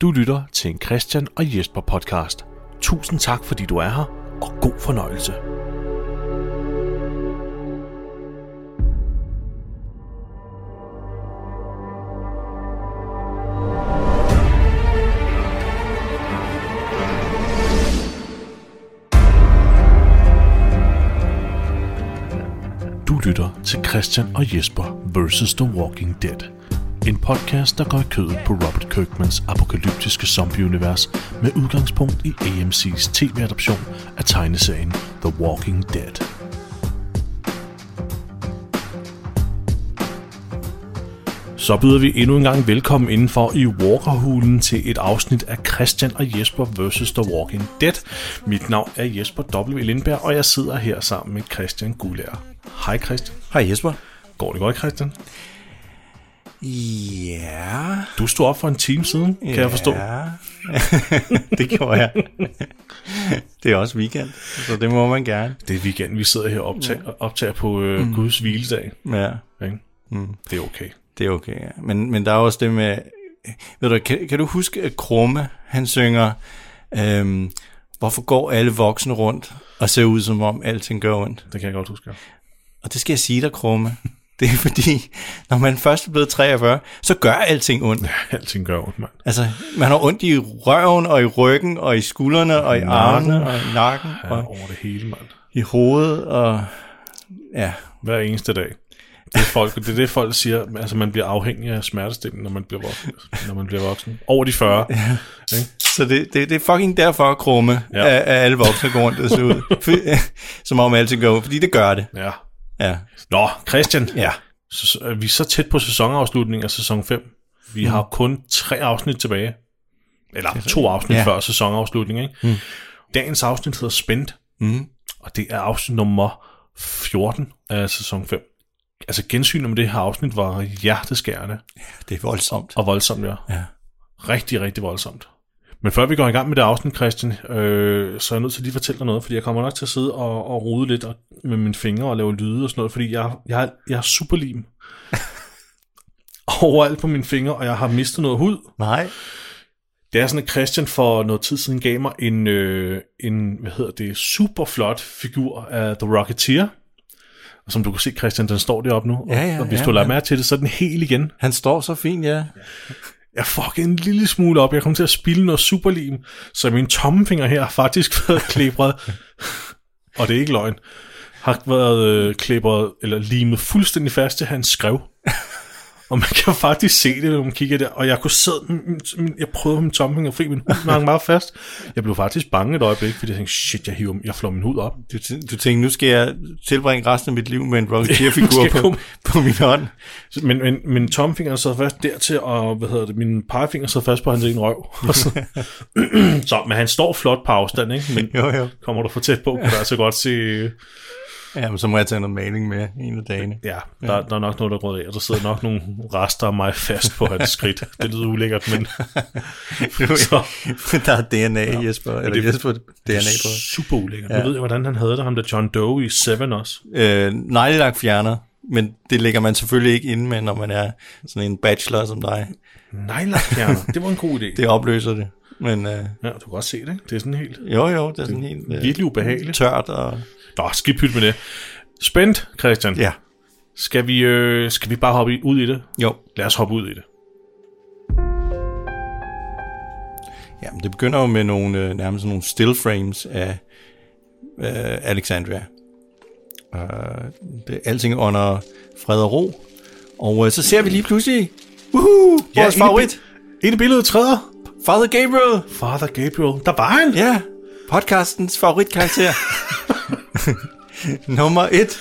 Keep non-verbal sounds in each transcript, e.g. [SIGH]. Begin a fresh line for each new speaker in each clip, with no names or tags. Du lytter til en Christian og Jesper podcast. Tusind tak, fordi du er her, og god fornøjelse. Du lytter til Christian og Jesper vs. The Walking Dead – en podcast, der går i kødet på Robert Kirkmans apokalyptiske zombieunivers med udgangspunkt i AMC's tv-adoption af tegneserien The Walking Dead. Så byder vi endnu en gang velkommen indenfor i Walkerhulen til et afsnit af Christian og Jesper vs. The Walking Dead. Mit navn er Jesper W. Lindberg, og jeg sidder her sammen med Christian Gullær. Hej Christian.
Hej Jesper.
Går det godt, Christian?
Ja,
Du stod op for en time siden, kan jeg forstå.
ja. [LAUGHS] det gjorde jeg. det er også weekend, så det må man gerne.
Det er weekend, vi sidder her og optager, optager på øh, mm. Guds hviledag.
Ja,
Ikke? Mm. Det er okay.
det er okay. Ja. Men, men der er også det med, ved du, kan, kan du huske, at Krumme, han synger, øhm, hvorfor går alle voksne rundt og ser ud som om alting gør ondt?
Det kan jeg godt huske. ja.
Og det skal jeg sige dig, Krumme. Det er fordi, når man først er blevet 43, så gør alting ondt.
Alting gør ondt, mand.
Altså, man har ondt i røven og i ryggen og i skuldrene og i armene og i nakken
Ja,
og
over det hele, mand.
i hovedet og ja,
Hver eneste dag. Det er, folk, det er det, folk siger. Altså, man bliver afhængig af smertestillende, når man bliver voksen. Når man bliver voksen. Over de 40. Ja.
så det, det, det er fucking derfor krumme,
Ja.
ja. at, at alle voksne går rundt og ser
[LAUGHS]
ud, For- som om alting går, fordi det gør det.
ja.
Ja,
Nå, Christian.
ja.
Så, så er vi så tæt på sæsonafslutningen af sæson 5. Vi mm. har kun tre afsnit tilbage. Eller to afsnit ja.
Ja.
før sæsonafslutningen. Ikke? Mm. Dagens afsnit hedder Spændt.
Mm.
Og det er afsnit nummer 14 af sæson 5. Altså gensynet med det her afsnit var hjerteskærende
det er voldsomt.
og voldsomt, ja.
Ja.
Rigtig, rigtig voldsomt. Men før vi går i gang med det afsnit, Christian, øh, så er jeg nødt til lige at fortælle dig noget, fordi jeg kommer nok til at sidde og, og rode lidt og, med mine fingre og lave lyde og sådan noget, fordi jeg, jeg, jeg er superlim [LAUGHS] overalt på mine fingre, og jeg har mistet noget hud.
Nej,
Det er sådan, at Christian for noget tid siden gav mig en, øh, en hvad hedder det, super flot figur af The Rocketeer. Og som du kan se, Christian, den står deroppe nu.
Ja, ja,
og hvis
ja,
du lader
ja.
mærke til det, så er den helt igen.
han står så fint, ja.
Jeg fucker en lille smule op. Jeg kommer til at spille noget superlim, så mine tommefinger her har faktisk [LAUGHS] været klebret. og det er ikke løgn. Har været øh, klebret, eller limet fuldstændig fast til hans skrev. Og man kan faktisk se det, når man kigger der. Og jeg kunne sidde, min- min- min- jeg prøvede min tommelfinger fri, min hud hang meget fast. Jeg blev faktisk bange et øjeblik, fordi jeg tænkte, shit, jeg, hiver, jeg flår min hud op.
Du, tæ- du tænkte, nu skal jeg tilbringe resten af mit liv med en
[LAUGHS] Nu skal jeg
Rocketeer-figur på,
komme-
på min hånd.
Men, men, men tomfingeren sad fast dertil, og hvad hedder det, min pegefinger sad fast på hans egen røv. [LAUGHS] Og så, [CLEARS THROAT] så, men han står flot på afstand, ikke? Men
Jo, jo.
kommer du for tæt på, kan du altså godt se, øh,
Ja, men så må jeg tage noget maling med en af dagene.
ja, der, der er nok noget, der går af, og der sidder nok nogle rester af mig fast på hans skridt. Det lyder ulækkert,
[LAUGHS]
men [LAUGHS] så
der er DNA, Jesper. Eller
det-
Jesper, DNA, tror jeg.
super ulækkert. Nu ved jeg, hvordan han havde det, ham der John Doe i Seven også.
øh, neglelak fjerner, men det lægger man selvfølgelig ikke inde med, når man er sådan en bachelor som dig.
Nej, lakkerner. det var en god idé.
Det opløser det. Men øh,
Ja, du kan godt se det, ikke? Det er sådan helt
jo, jo, det er sådan helt øh,
virkelig ubehageligt.
tørt. Og,
Nå, skidt pyt med det. Spændt, Christian.
ja,
Skal vi, øh, skal vi bare hoppe i, ud i det?
jo.
Lad os hoppe ud i det.
Jamen, det begynder jo med nogle, øh, nærmest sådan nogle still frames af øh, Alexandria. Øh, det, alting er under fred og ro. Og øh, så ser vi lige pludselig, woohoo,
Ja,
vores
inde i
favorit,
Ind i billedet træder
Father Gabriel.
Father Gabriel. Der var han!
Ja, podcastens [LAUGHS] favoritkarakter. Nummer et.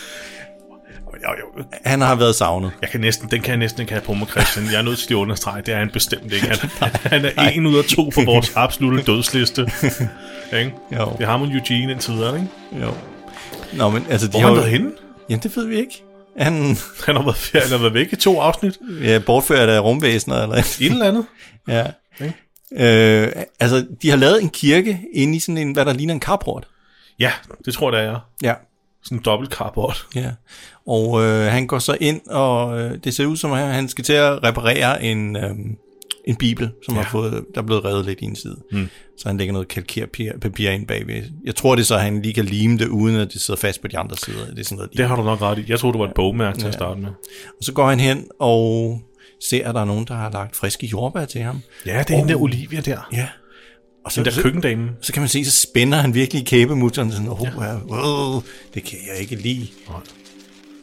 Jo, jo.
Han har været savnet.
Jeg kan næsten, den kan jeg næsten ikke have på mig, Christian. Jeg er nødt til lige at understrege, det er han bestemt ikke. Han, han er en ud af to på vores absolutte dødsliste. Ikke?
Jo.
Det er ham og Eugene indtil videre, ikke?
Jo. Nå, men altså, de
Hvor
har
har han
jo-
været henne?
Jamen, det ved vi ikke. Han
Han har været, ferie, han har været væk i to afsnit.
ja, bortført af rumvæsener, eller
Et eller andet.
ja. Øh, altså, de har lavet en kirke inde i sådan en, hvad der ligner en carport.
Ja, det tror jeg, det er.
Ja.
Sådan en dobbelt cardboard.
Ja, og øh, han går så ind, og øh, det ser ud som, at han skal til at reparere en, øh, en bibel, som ja.
Ja.
har fået, der er blevet revet lidt i en side.
Mm.
Så han lægger noget kalkerpapir ind bagved. Jeg tror det er så, at han lige kan lime det, uden at det sidder fast på de andre sider. Det er sådan noget,
Det har du nok ret i. Jeg troede, det var et bogmærke til at starte med.
Og så går han hen og ser, at der er nogen, der har lagt friske jordbær til ham.
Ja, det er oh. den der Olivia der.
Ja. Og så,
Den der
så,
køkkendamen.
så kan man se, så spænder han virkelig kæbemutteren sådan, oh, ja. wow, det kan jeg ikke lide.
Nej.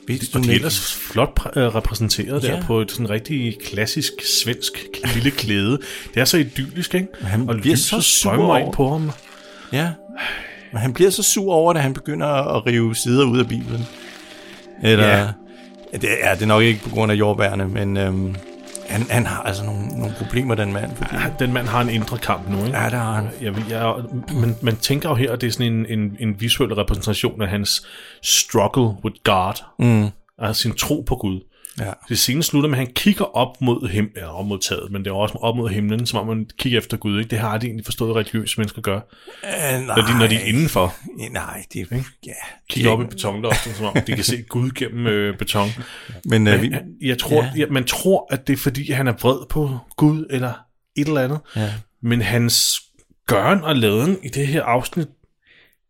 Hvis
Og
nu
de er
ikke-
ellers flot præ- øh, repræsenteret ja.
Ja.
der på et sådan rigtig klassisk svensk lille klæde. Det er så idyllisk, ikke?
han
og
bliver
lyset
så sur
strømmer
over-
ind på ham.
Ja. Men han bliver så sur over, at han begynder at rive sider ud af Bibelen. Eller,
Ja.
ja. Det, er, det er nok ikke på grund af jordbærne, men øhm, han, han har altså nogle, nogle problemer, den mand. Fordi,
Den mand har en indre kamp nu, ikke?
ja, der har han.
Jeg, vil- jeg, man, man tænker jo her, at det er sådan en, en, en visuel repræsentation af hans struggle with God. Mm. Altså sin tro på Gud.
Ja.
Det seneste slutter med, at han kigger op mod, him- ja, op mod taget, men det er også op mod himlen, som om man kigger efter Gud. Ikke? Det har de egentlig forstået, at religiøse mennesker gør,
Øh,
når
nej,
de, når de er indenfor.
Nej, det er ja,
kigger op i
[LAUGHS] ikke.
betonloftet, som om de kan se Gud gennem øh, beton.
Men øh, vi,
Jeg tror,
Ja.
ja. man tror, at det er fordi, han er vred på Gud eller et eller andet.
Ja.
Men hans gøren og laden i det her afsnit,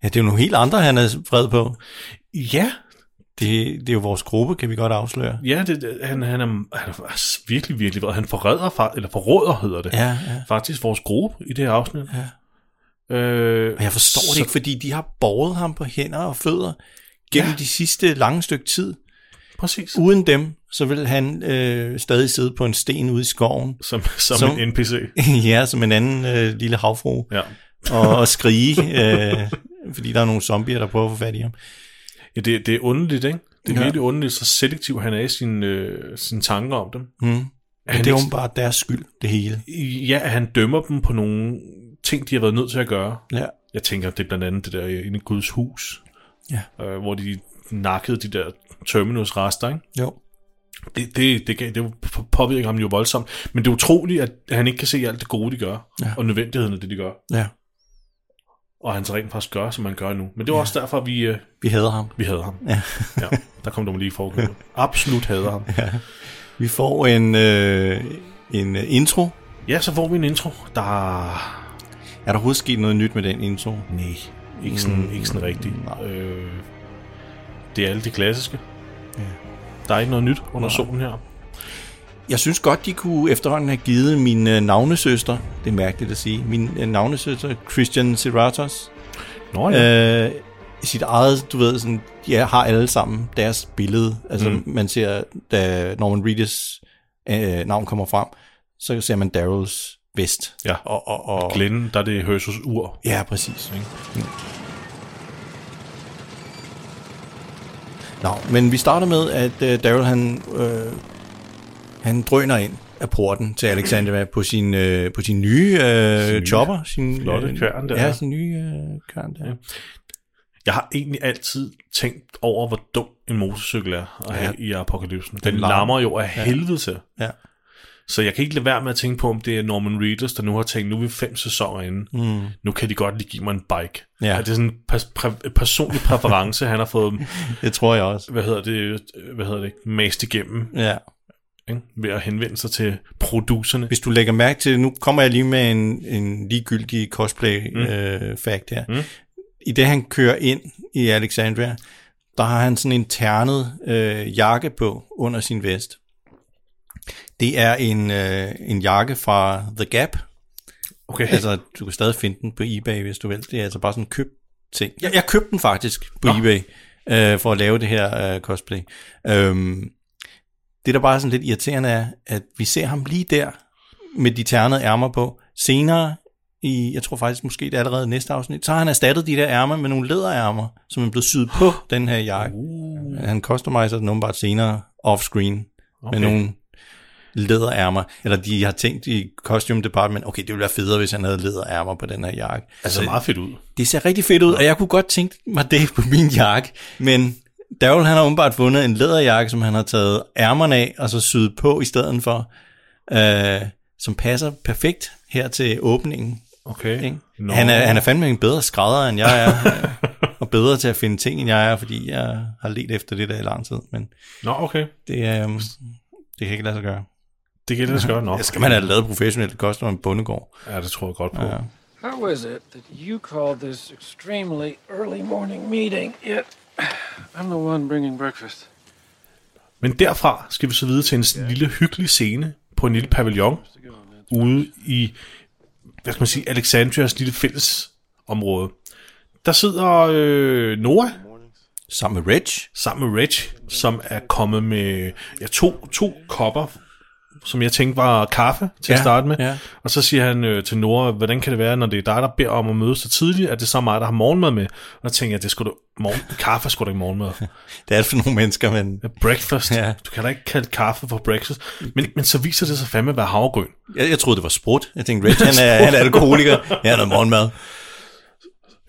ja, det er jo nogle helt andre, han er vred på.
ja,
Det, det er jo vores gruppe, kan vi godt afsløre.
ja det- det, han, han, er, han er s- virkelig, virkelig vred. Han forræder, fa- eller forråder hedder det,
Ja, ja.
faktisk vores gruppe i det her afsnit. Ja. Øh,
Og jeg forstår det
så-
ikke, fordi de har båret ham på hænder og fødder gennem ja.
Ja.
de sidste lange stykke tid.
Præcis.
Uden dem, så ville han øh, stadig sidde på en sten ude i skoven. [LAUGHS]
Som, som,
Som-
som en NPC.
ja, som en anden øh, lille havfru.
Ja.
Og, og skrige, øh, fordi der er nogle zombier, der prøver at få fat i ham.
Ja, det, det er underligt, ikke? Det er
Ja.
ja. virkelig underligt, så selektiv han er i sine øh, sin tanker om dem.
Mm. Men
Han
det er
ikke-
jo bare deres skyld, det hele.
Ja, at han dømmer dem på nogle ting, de har været nødt til at gøre.
Ja.
Jeg tænker, det er blandt andet det der øh, inde i Guds hus,
Ja.
øh, hvor de nakkede de der Terminus-rester, ikke?
Jo.
Det, det, det, gav- det påvirker ham jo voldsomt. Men det er utroligt, at han ikke kan se alt det gode, de gør,
Ja.
og nødvendigheden af det, de gør.
Ja.
Og han så rent faktisk gør, som han gør nu. Men det var ja. også derfor, vi, øh,
Vi hader ham.
vi havde ham.
Ja.
ja. Der kom du lige i forkøbet. Absolut hader ham.
Vi får en, øh, en øh, intro.
Ja, så får vi en intro, der...
Er der overhovedet sket noget nyt med den intro?
Nej, ikke sådan, mm, ikke sådan rigtigt.
nej.
Øh, det er alle de klassiske. Der er ikke noget nyt under solen her.
Jeg synes godt, de kunne efterhånden have givet min øh, navnesøster, det er mærkeligt at sige, min øh, navnesøster Christian Serratos,
Nå ja,
øh, sit eget, du ved, sådan, de er- har alle sammen deres billede. Altså, mm. man ser, da Norman Reedus øh, navn kommer frem, så ser man Daryls vest.
Ja.
Og, og, og,
Glenn, der er det Herschels ur.
ja, præcis. Ikke?
Mm.
Nå, men vi starter med, at øh, Daryl, han, øh, han drøner ind af porten til Alexandria på sin, øh, på sin nye øh, sin
nye
chopper. Sin
flotte
øh,
kværn der.
Ja, sin nye øh, kværn der.
Ja. Jeg har egentlig altid tænkt over, hvor dum en motorcykel er at have ja. i apokalypsen. Den,
Den
den
larmer.
larmer jo af ja. helvede til.
Ja.
Så jeg kan ikke lade være med at tænke på, om det er Norman Reedus, der nu har tænkt, nu er vi fem sæsoner inde. Mm. Nu kan de godt lige give mig en bike.
Ja.
Er det sådan en pers- præ- personlig præference, han har fået,
Det tror jeg også.
hvad hedder det, hvad hedder det, mast igennem?
Ja.
ikke? ved at henvende sig til producerne.
Hvis du lægger mærke til, nu kommer jeg lige med en, en ligegyldig cosplay-fact mm. øh, fact her. Mm. I det han kører ind i Alexandria, der har han sådan en ternet øh, jakke på under sin vest. Det er en, øh, en jakke fra The Gap.
Okay, altså,
[LAUGHS] Altså, du kan stadig finde den på eBay, hvis du vil. Det er altså bare sådan en købt ting. Jeg, jeg købte den faktisk på Nå. eBay øh, for at lave det her øh, cosplay. Øhm, det, der bare er sådan lidt irriterende, er, at vi ser ham lige der med de ternede ærmer på. Senere i, jeg tror faktisk måske det er allerede næste afsnit, så har han erstattet de der ærmer med nogle læderærmer, som er blevet syet på den her jakke. Uh. Han customiser den åbenbart senere off-screen okay.
Okay.
med nogle læderærmer. Eller de har tænkt i costume department, okay, det ville være federe, hvis han havde læderærmer på den her jakke.
altså
Så
meget fedt ud.
det ser rigtig fedt ud, og jeg kunne godt tænke mig det på min jakke, men Daryl han har åbenbart fundet en læderjakke, som han har taget ærmerne af og så syet på i stedet for, øh, som passer perfekt her til åbningen.
Okay.
Ikke? Han, er, han er fandme en bedre skrædder, end jeg er, øh, og bedre til at finde ting, end jeg er, fordi jeg har let efter det der i lang tid, men
Nå, okay.
det, øh, det kan ikke lade sig gøre.
Det kan ellers gøre nok.
Det skal man have lavet professionelt, det koster en bondegård.
Ja, det tror jeg godt på.
Ja.
Ja.
How is it that you called this extremely early morning meeting? Yet [SIGHS] I'm the one bringing breakfast.
Men derfra skal vi så videre til en s- lille hyggelig scene på en lille pavillon ude i, hvad skal man sige, Alexandrias lille fællesområde. Der sidder øh, Noah
Sammen med Rich.
sammen med Reg, som er kommet med ja, to, to kopper, som jeg tænkte var kaffe til ja,
Ja,
at starte med.
ja.
Og så siger han øh, til Nora, hvordan kan det være, når det er dig, der beder om at mødes så tidligt, at det er så mig, der har morgenmad med? Og så tænker jeg, det skulle du, morgen, kaffe skulle du ikke morgenmad.
Det er det for nogle mennesker, men
Breakfast.
[LAUGHS] Ja.
Ja. Du kan da ikke kalde kaffe for breakfast. Men, men så viser det sig fandme at være havregryn.
jeg, jeg troede, det var sprut. Jeg tænkte, Rich, han er, han er alkoholiker. Han har morgenmad. [LAUGHS]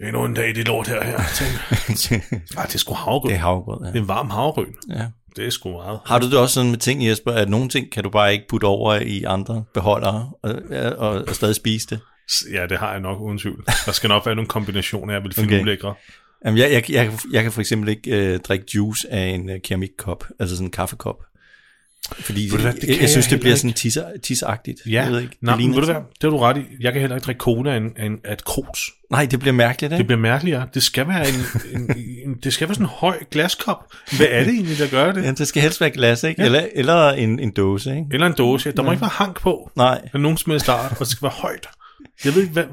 Endnu en dag, i det lort her. her. Nej, det er sgu havregryn.
det
Det
er havregrød,
er
ja.
en varm havregryn.
ja.
Det er sgu meget.
Har du det også sådan med ting, Jesper, at nogle ting kan du bare ikke putte over i andre beholdere og, og, og stadig spise det?
Ja, det har jeg nok uden tvivl. Der skal nok være nogle kombinationer, jeg vil finde
Okay.
okay. ulækre.
Jamen, jeg, jeg, jeg, jeg kan for eksempel ikke øh, drikke juice af en øh, keramikkop, altså sådan en kaffekop. Fordi
du
jeg,
hvad,
jeg,
det kan
jeg,
jeg
synes, det
heller
bliver
ikke.
sådan tisse, tisseagtigt.
Ja,
jeg ved ikke.
Nej, det,
ligner
ved du hvad,
sådan-
det har du ret i. Jeg kan heller ikke drikke cola end, end at krus.
Nej, det bliver mærkeligt,
Det
ikke?
bliver mærkeligere. Det skal være, en, en, en, det skal være sådan en høj glaskop. Hvad er det egentlig, der gør det?
Ja, det skal helst være glas, ikke? Ja. Eller, eller en, en dåse, ikke?
Eller en dåse. Der må ikke være hank på.
Nej.
Eller nogen som helst art, og det skal være højt. Jeg ved ikke, hvad...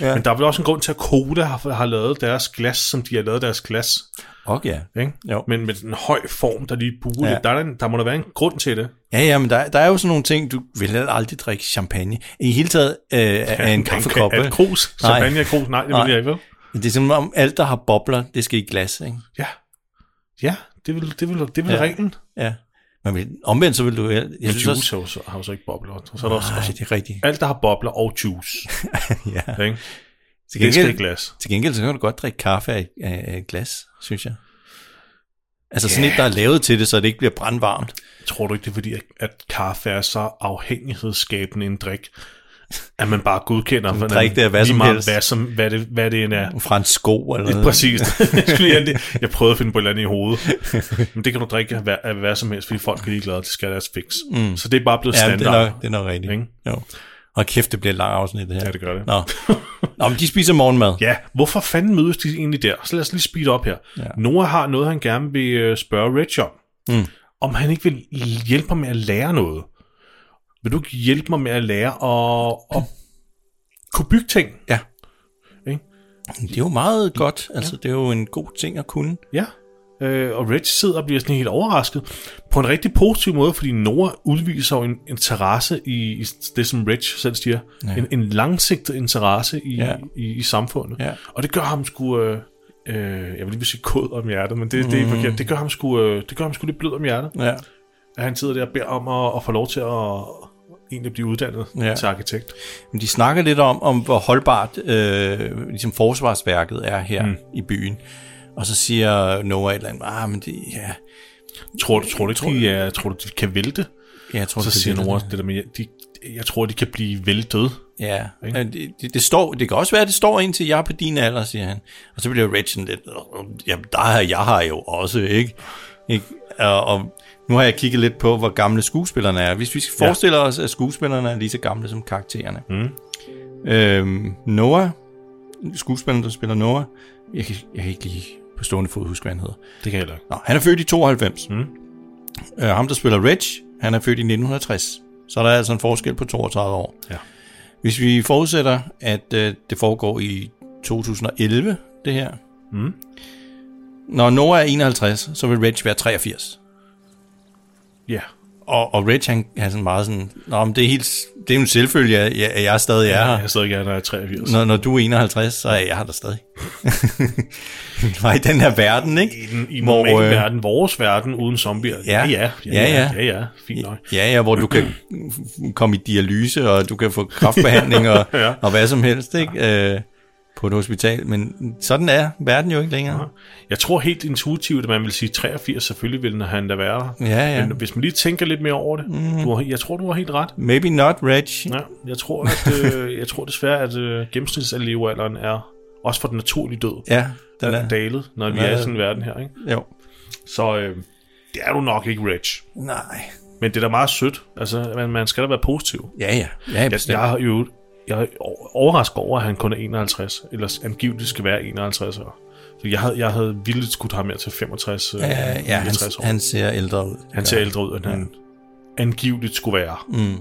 Ja. Men der er vel også en grund til, at Cola har, har lavet deres glas, som de har lavet deres glas.
Okay, ja.
Ikke?
Jo.
Men med en høj form, der lige buer
Ja.
ja. lidt. Der, er en, der må der være en grund til det.
Ja, ja, men der, der er jo sådan nogle ting, du vil heller aldrig drikke champagne. I hele taget
[LAUGHS]
øh, af en kaffekop,
Af
ikke?
et krus.
Nej.
Champagne af krus. Nej, det
Nej.
vil jeg ikke, vel?
Det er som om alt, der har bobler, det skal i glas, ikke?
Ja. Ja, det vil, det vil, det vil
Ja.
ja. reglen.
Ja. Men vil- omvendt så vil du... Jeg, jeg
Men
synes
juice også...
også...
har, jo så, har jo så ikke bobler. Og så er der også,
Nej,
også
det
[LAUGHS]
er rigtigt.
alt, der har bobler og juice.
Ja.
Ikke?
[LAUGHS] Til
Det skal i
gengæld,
glas.
til gengæld, så kan du godt drikke kaffe af, af, af et glas, synes jeg. Altså sådan et, der er lavet til det, så det ikke bliver brandvarmt.
Tror du ikke, det er fordi, at, at kaffe er så afhængighedsskabende en drik, at man bare godkender, hvordan-
drik, det er hvad
lige
som
meget
helst.
Hvad, som, hvad, det, hvad det end er.
Fra en sko eller
Det er
noget.
præcis. [LAUGHS] Det skulle jeg lige- jeg prøvede at finde på et eller andet i
[LAUGHS]
hovedet. Men det kan du drikke af hvad, af hvad som helst, fordi folk er ligeglade, det skal deres fix. Mm. Så det er bare blevet
Ja,
standard.
det er nok, det er nok rigtigt.
Ikke?
Jo. Og kæft, det bliver et langt afsnit, det her.
Ja, det gør det.
Nå. Nå, men de spiser morgenmad.
Ja, hvorfor fanden mødes de egentlig der? Så lad os lige speede op her. Ja. Noah har noget, han gerne vil øh, spørge Rich om.
Mm.
Om han ikke vil hjælpe mig med at lære noget. Vil du ikke hjælpe mig med at lære at, at kunne bygge ting?
Ja.
Ikke?
Det er jo meget godt. Altså, det er jo en god ting at kunne.
Ja. Øh, og Rich sidder og bliver sådan helt overrasket på en rigtig positiv måde, fordi Nora udviser jo en interesse i, i det, som Rich selv siger.
Ja.
Ja. En, en langsigtet interesse i,
Ja.
ja. i, i samfundet.
Ja.
Og det gør ham sgu... Øh, øh, jeg vil lige vil sige kod om hjertet, men det, det er forkert. Det gør ham sgu, øh, det gør ham sgu lidt blød om hjertet,
Ja.
at han sidder der og beder om at, at få lov til at egentlig blive uddannet
Ja.
ja. til arkitekt.
Men de snakker lidt om, om hvor holdbart øh, ligesom forsvarsværket er her mm. i byen. Og så siger Noah et eller andet, ah, men det, ja,
Tror du, tror du ikke, de, er, tror du, de kan vælte?
ja, jeg tror,
Og så
det er
siger
det,
Nora
der-
det der med, de, jeg tror, de kan blive væltet.
Ja,
Ikke?
Ja, det, det, det, står, det kan også være, at det står indtil jeg er på din alder, siger han. Og så bliver Reg sådan lidt, "Åh, jamen der har jeg har jo også, ikke? ikke? Og, og nu har jeg kigget lidt på, hvor gamle skuespillerne er. Hvis vi
Ja.
forestiller os, at skuespillerne er lige så gamle som karaktererne. Mm. Øhm, Noah, skuespilleren, der spiller Noah, jeg kan, jeg kan ikke lige på stående fod huske, hvad han hedder.
Det kan jeg heller ikke.
Nå, han er født i 92. Mm. Øh, ham, der spiller Reg, han er født i 1960. Så der er altså en forskel på 32 år.
Ja.
Hvis vi forudsætter, at øh, det foregår i 2011, det her.
Mm.
Når Noah er 51, så vil Reg være 83.
Ja.
Og, og Reg, han han er sådan meget sådan, Nå, men det er, helt, det er jo en selvfølge, at jeg, at jeg stadig er her.
Jeg sidder ikke her, når jeg er 83.
Når, når du er 51, så er jeg her der stadig. [LAUGHS] Nej, i den her verden, ikke?
I den i
Hvor,
normal
øh,
øh, verden, vores verden uden zombier.
Ja.
ja, ja,
Ja,
ja, ja,
ja.
ja, ja, fint nok.
Ja, ja, hvor du kan [CLEARS THROAT] komme i dialyse, og du kan få kraftbehandling og, ja.
[LAUGHS] Ja.
og hvad som helst ikke? Øh, på et hospital. Men sådan er verden jo ikke længere.
Jeg tror helt intuitivt, at man vil sige 83, selvfølgelig vil når han da være der.
Ja, ja. Mhm.
Men hvis man lige tænker lidt mere over det, mm. du har, jeg tror, du har helt ret.
Maybe not, Reg.
Ja, jeg tror, at,
[LAUGHS]
øh, jeg tror desværre, at øh, gennemsnitslevealderen er også for den naturlige død.
Ja, den
Den er
er.
dalet, når vi
Ja.
er i sådan en verden her. Ikke?
Jo.
Så øh, det er du nok ikke, Rich.
Nej.
Men det er da meget sødt. Altså, man, man skal da være positiv.
Ja, ja. Ja,
Jeg,
bestemt.
jeg er jo jeg er over- overrasket over, at han kun er 51, eller angiveligt skal være 51 år. Så jeg havde, jeg havde vildt skudt ham her til 65 ja,
Ja, ja, ja han,
64 år. Han,
han ser ældre ud.
han ser ældre ud, end han angiveligt skulle være.
Mm.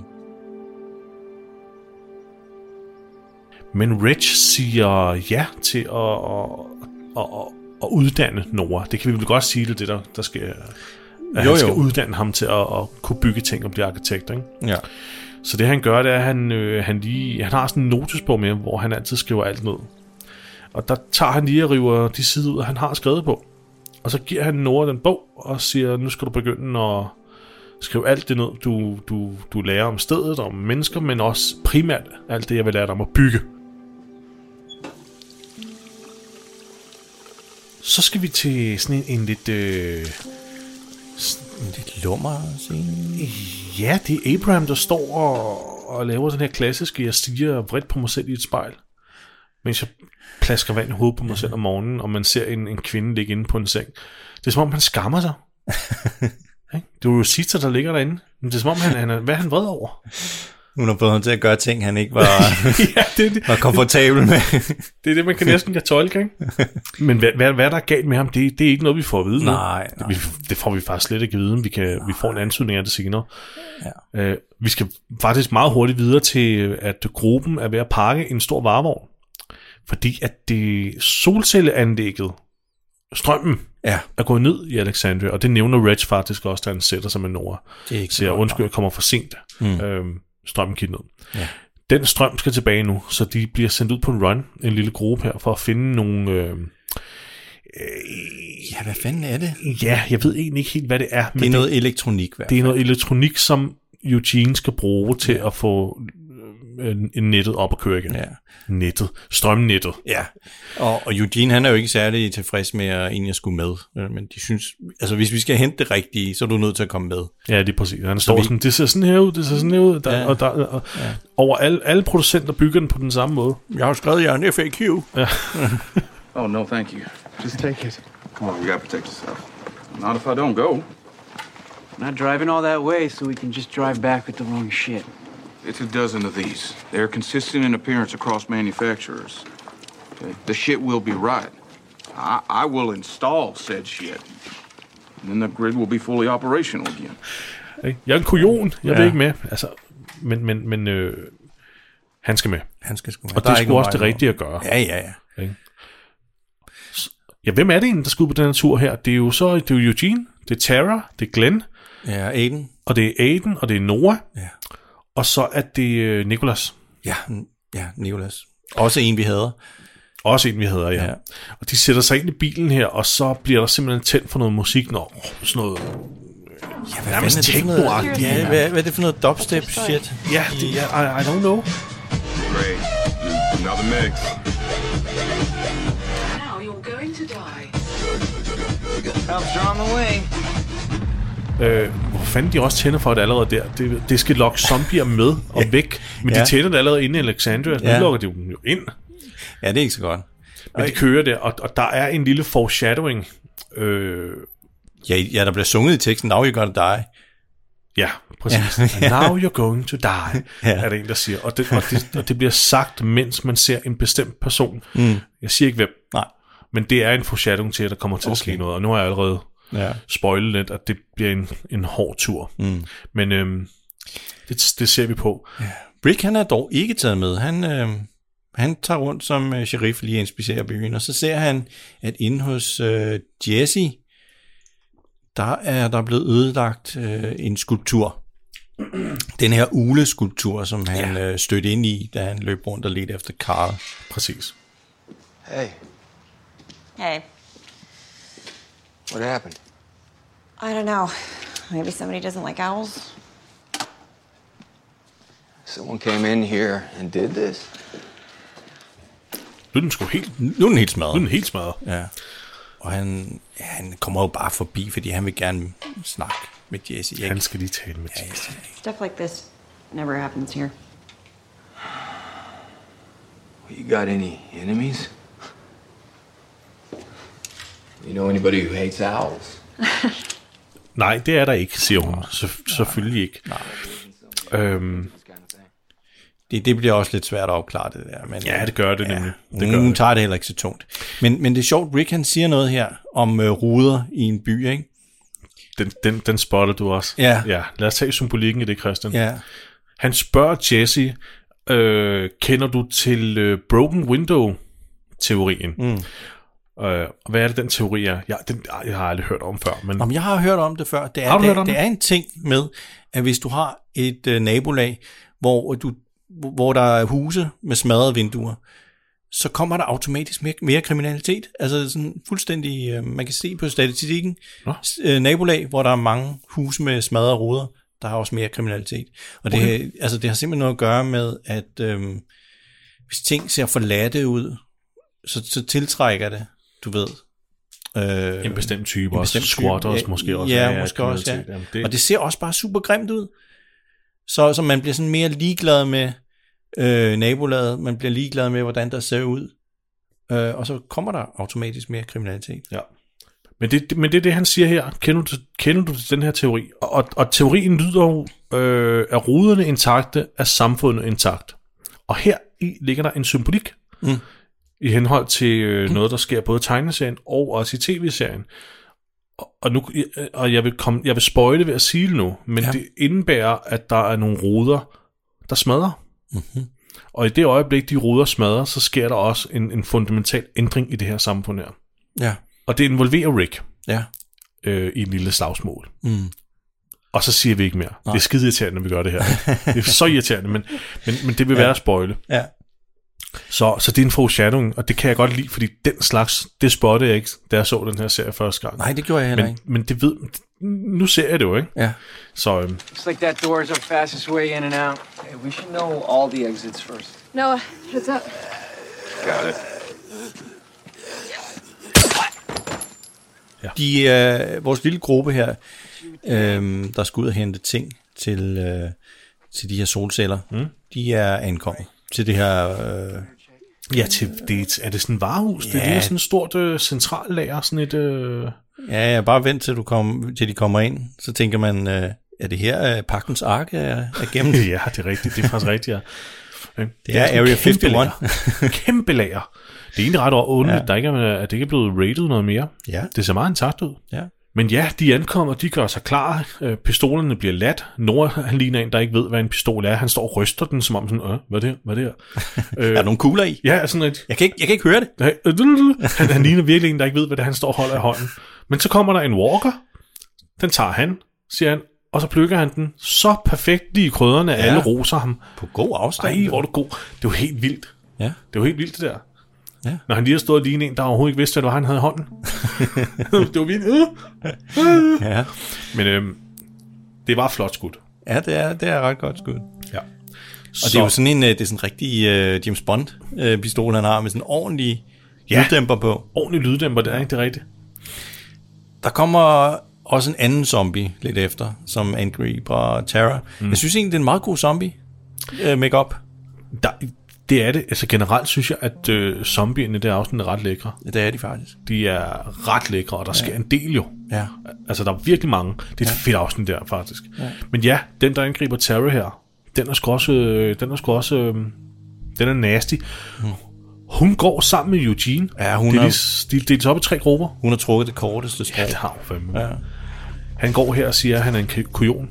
Men Rich siger ja til at, at, at, at, at uddanne Nora. Det kan vi vel godt sige, det er det, der, der sker. At
Jo,
han skal
jo.
uddanne ham til at, at kunne bygge ting og blive arkitekt. Ikke?
Ja.
Så det han gør, det er, at han, øh, han, lige, han har sådan en notesbog med, hvor han altid skriver alt ned. Og der tager han lige og river de sider ud, han har skrevet på. Og så giver han Nora den bog og siger, nu skal du begynde at skrive alt det ned, du, du, du lærer om stedet, om mennesker, men også primært alt det, jeg vil lære dig om at bygge. Så skal vi til sådan en, en lidt... Øh,
En Lidt lummer scene.
Ja, det er Abraham, der står og, og laver den her klassiske, jeg stiger vredt på mig selv i et spejl, mens jeg plasker vand i hovedet på mig selv om morgenen, og man ser en, en kvinde ligge inde på en seng. Det er som om, han skammer sig. Ikke? det er jo Sita, der ligger derinde. Men det er som om, han, han er, hvad er han vred over?
Hun har fået ham til at gøre ting, han ikke var,
[LAUGHS] ja, det, er det,
var komfortabel med.
det er det, [LAUGHS] man kan næsten kan tolke, ikke? Men hvad, hvad, hvad der er galt med ham, det, det er ikke noget, vi får at vide. nu.
Nej, nej.
Vi, det får vi faktisk slet ikke at vide, men vi, kan, vi får en antydning af det senere.
Ja.
Øh, vi skal faktisk meget hurtigt videre til, at gruppen er ved at pakke en stor varevogn, fordi at det solcelleanlægget, strømmen,
ja,
er gået ned i Alexandria, og det nævner Reg faktisk også, da han sætter sig med Nora.
det er ikke
Siger,
godt.
undskyld, jeg kommer for sent.
Mm.
Mm. Øhm, strømmen gik ned.
Ja.
Den strøm skal tilbage nu, så de bliver sendt ud på en run, en lille gruppe her, for at finde nogle... Øh,
Ja, hvad fanden er det?
ja, jeg ved egentlig ikke helt, hvad det er. men
Det er noget elektronik, hvad?
det er noget elektronik, som Eugene skal bruge til at få øh, øh, nettet op at køre igen.
Ja.
Nettet. Strømnettet.
Ja, og, og Eugene han er jo ikke særlig tilfreds med at egentlig skulle med, Øh, men de synes, altså hvis vi skal hente det rigtige, så er du nødt til at komme med.
Ja, det er præcis. Han står
vi-
sådan, det ser sådan her ud, det ser sådan her ud. Der,
Ja.
ja. Og der, og, ja. Over alle, alle producenter bygger den på den samme måde.
Jeg har skrevet jer en FAQ.
Oh, no, thank you.
Just take it.
Come on, you gotta protect yourself. Not if I don't go.
Not driving all that way so we can just drive back with the wrong shit.
It's a dozen of these. They're consistent in appearance across manufacturers. Okay? The shit will be right. I, I will install said shit. And then the grid will be fully operational again.
Ikke? Jeg er en kujon, jeg ja.
Ja.
vil ikke med. Altså, men men, men øh, han skal med.
Han skal sgu med.
Og
Der
det er
ikke
sgu også
nogen
det
vej
rigtige at gøre.
ud. Ja, ja, ja.
Ja, hvem er det egentlig, der skal ud på den her tur her? Det er jo så det er jo Eugene, det er Tara, det er Glenn,
Ja, Aiden.
og det er Aiden, og det er Noah.
Ja.
Og så er det øh, Nicholas.
Ja, ja, Nicolas. Også en, vi hader.
Også en, vi hedder, ja.
Ja.
ja. Og de sætter sig ind i bilen her, og så bliver der simpelthen tændt for noget musik, når sådan noget...
Ja, hvad
Nærmest
fanden er det for noget?
techno-agtigt.
Ja, hvad, hvad er det for noget dubstep shit?
Ja, det, ja I, I don't know.
Great. Another mix.
Now you're going to die.
Øh, hvor fanden de også tænder for det allerede der. Det, det skal lokke zombier med og væk. Men
Ja.
de tænder det allerede inde i Alexandria, så
Ja.
nu lokker de dem jo ind.
Ja, det er ikke så godt.
Men de kører der, og, og der er en lille foreshadowing. Øh,
Ja, ja, der bliver sunget i teksten, now you're gonna die.
ja, præcis.
Ja. [LAUGHS]
And now you're going to die,
Ja.
ja. er der en, der siger. Og det, og, det, og det bliver sagt, mens man ser en bestemt person. Mm. Jeg siger ikke hvem,
Nej.
men det er en foreshadowing til, at der kommer til okay. at ske
Okay.
noget. Og nu har jeg allerede
Ja.
spoile lidt, at det bliver en, en hård tur. Mm. Men øhm, det, det ser vi på.
Rick, han er dog ikke taget med. Han, øh, han tager rundt som øh, sheriff lige inspicerer byen, og så ser han, at inde hos øh, Jesse, der er der blevet ødelagt øh, en skulptur. Den her uleskulptur, som han ja. øh, stødte ind i, da han løb rundt og ledte efter Carl.
Præcis.
Hey,
Hey,
what happened?
I don't know. Maybe somebody doesn't like owls.
Someone came in here and did this?
Nu er den sgu helt, nu
Nu er den helt
er den
smadret.
helt smadret.
Ja. Og han, han kommer jo bare forbi, fordi han vil gerne snakke med Jesse. Jeg,
Han skal lige tale med ja,
Jesse.
Stuff like this never happens here.
You got any enemies? You know anybody who hates owls?
Nej, det er der ikke, siger hun. Så, selvfølgelig ikke. Øhm,
Det, det bliver også lidt svært at opklare det der. Men,
ja, det gør det nemlig. Det
hun
gør det.
tager det heller ikke så tungt. Men, men det er sjovt, Rick han siger noget her om øh, ruder i en by, ikke?
Den, den, den spotter du også.
Ja.
ja. Lad os tage symbolikken i det, Christian.
Ja.
Han spørger Jesse, øh, kender du til øh, Broken Window-teorien? Mm. Øh, og hvad er det, den teori er? Ja, den, ej, jeg har aldrig hørt om før, men
Om jeg har hørt om det før. Det er,
Har du
det,
hørt om
det?
det?
er en ting med, at hvis du har et øh, nabolag, hvor, du, hvor der er huse med smadrede vinduer, så kommer der automatisk mere, mere kriminalitet. Altså sådan fuldstændig, øh, man kan se på statistikken,
Nå.
s- øh, nabolag, hvor der er mange huse med smadrede ruder, der har også mere kriminalitet. Og det, okay. altså, det har simpelthen noget at gøre med, at øh, hvis ting ser forladte ud, så, så tiltrækker det, du ved. Øh,
en bestemt type
en
også.
bestemt type.
Squatters
Ja,
måske også.
Ja, måske også, ja.
kriminalitet. Jamen, det,
Og det ser også bare super grimt ud. Så, så man bliver sådan mere ligeglad med øh, nabolaget, man bliver ligeglad med, hvordan der ser ud. Øh, og så kommer der automatisk mere kriminalitet.
Ja. Men det, det- men det er det, han siger her. Kender du, til- kender du til den her teori? Og, og, og teorien lyder jo, øh, er ruderne intakte, er samfundet intakt. Og her i ligger der en symbolik mm. i henhold til øh, noget, der sker både i tegneserien og også i tv-serien. Og, og, nu, øh, og jeg vil, komme, jeg vil spøjle ved at sige det nu, men ja.
Ja.
det indebærer, at der er nogle ruder, der smadrer. Mm-hmm. Og i det øjeblik, de ruder smadrer, så sker der også en, en fundamental ændring i det her samfund her.
Ja,
Og det involverer Rick
ja.
øh, i en lille slagsmål. Mm. Og så siger vi ikke mere. Nej. Det er skide irriterende, når vi gør det her. det er så irriterende, men, men, men det vil være at spoile.
[LAUGHS] ja.
Så, så det er en foreshadowing, og det kan jeg godt lide, fordi den slags, det spottede jeg ikke, da jeg så den her serie første gang.
Nej, det gjorde jeg heller
men,
ikke.
men det ved, nu ser jeg det jo, ikke?
Ja.
Så øhm,
Looks like that door is our fastest way in and out. Hey, we should know all the exits first.
Noah, heads up.
Got it.
De, øh, vores lille gruppe her, øh, der skal ud og hente ting til, øh, til de her solceller, mm. de er ankommet til det her... Øh,
ja, til, det er, et- er det sådan et varehus? Ja. Det
Ja.
er sådan et stort øh, centrallager, sådan et... Øh,
ja, ja, bare vent til, du kom, til de kommer ind, så tænker man, øh, er det her øh, pakkens ark er, er [LAUGHS]
[LAUGHS]
gennem?
ja, det er rigtigt, det er faktisk rigtigt, ja. Øh,
er
sådan
Area
et kæmpe
51. [LAUGHS]
lager. kæmpe lager. Det er egentlig ret ordentligt, ja. der ikke er, at det ikke er blevet rated noget mere.
ja,
Det ser meget intakt ud.
ja.
Men ja, de ankommer, de gør sig klar. Øh, pistolerne bliver ladt. Nora, han ligner en, der ikke ved, hvad en pistol er. Han står og ryster den, som om sådan, øh, hvad er det her? Hvad er det
[LAUGHS]
her?
Er der nogle kugler i?
Ja, sådan et...
Jeg kan ikke, jeg kan ikke høre det.
Hey, øh, du, du, du. Han, han ligner virkelig en, der ikke ved, hvad det er, han står og holder i hånden. Men så kommer der en walker. Den tager han, siger han. Og så plukker han den så perfekt lige i krydderne, at
Ja.
alle roser ham.
På god afstand.
Ej, hvor er du god. Det er jo helt vildt.
Ja.
Det er jo helt vildt, det der.
Ja.
Når han lige har stået og lignet en, der overhovedet ikke vidste, hvad det var, han havde i
[LAUGHS]
hånden. det var vildt. Øh.
ja.
Men øhm, det var flot skudt.
Ja, det er, det er ret godt skud. Og
Ja. Og så,
det er jo sådan en, øh, det er sådan en rigtig øh, James Bond-pistol, han har med sådan en ordentlig
Ja.
ja. uddæmper på.
ordentlig lyddæmper, det er ikke det er rigtigt.
Der kommer også en anden zombie lidt efter, som angriber Terra. Mm. Jeg synes egentlig, det er en meget god zombie øh, makeup.
Der, det er det. Altså generelt synes jeg, at øh, zombierne i det her afsnit er ret lækre.
Det er de faktisk.
De er ret lækre, og der sker en del jo.
Ja.
Altså der er virkelig mange. Det er et fedt afsnit der, faktisk. Ja. Men ja, den der angriber Terry her, den er sgu også... Øh, den er sgu også øh, den er nasty. Hun går sammen med Eugene.
Hmm. Ja, hun
det er,
er-
lige, de, de er delt op i tre grupper.
Hun har trukket det korteste
Ja,
sprog.
det har hun fandme.
Ja.
Han går her og siger, at han er en k- kujon.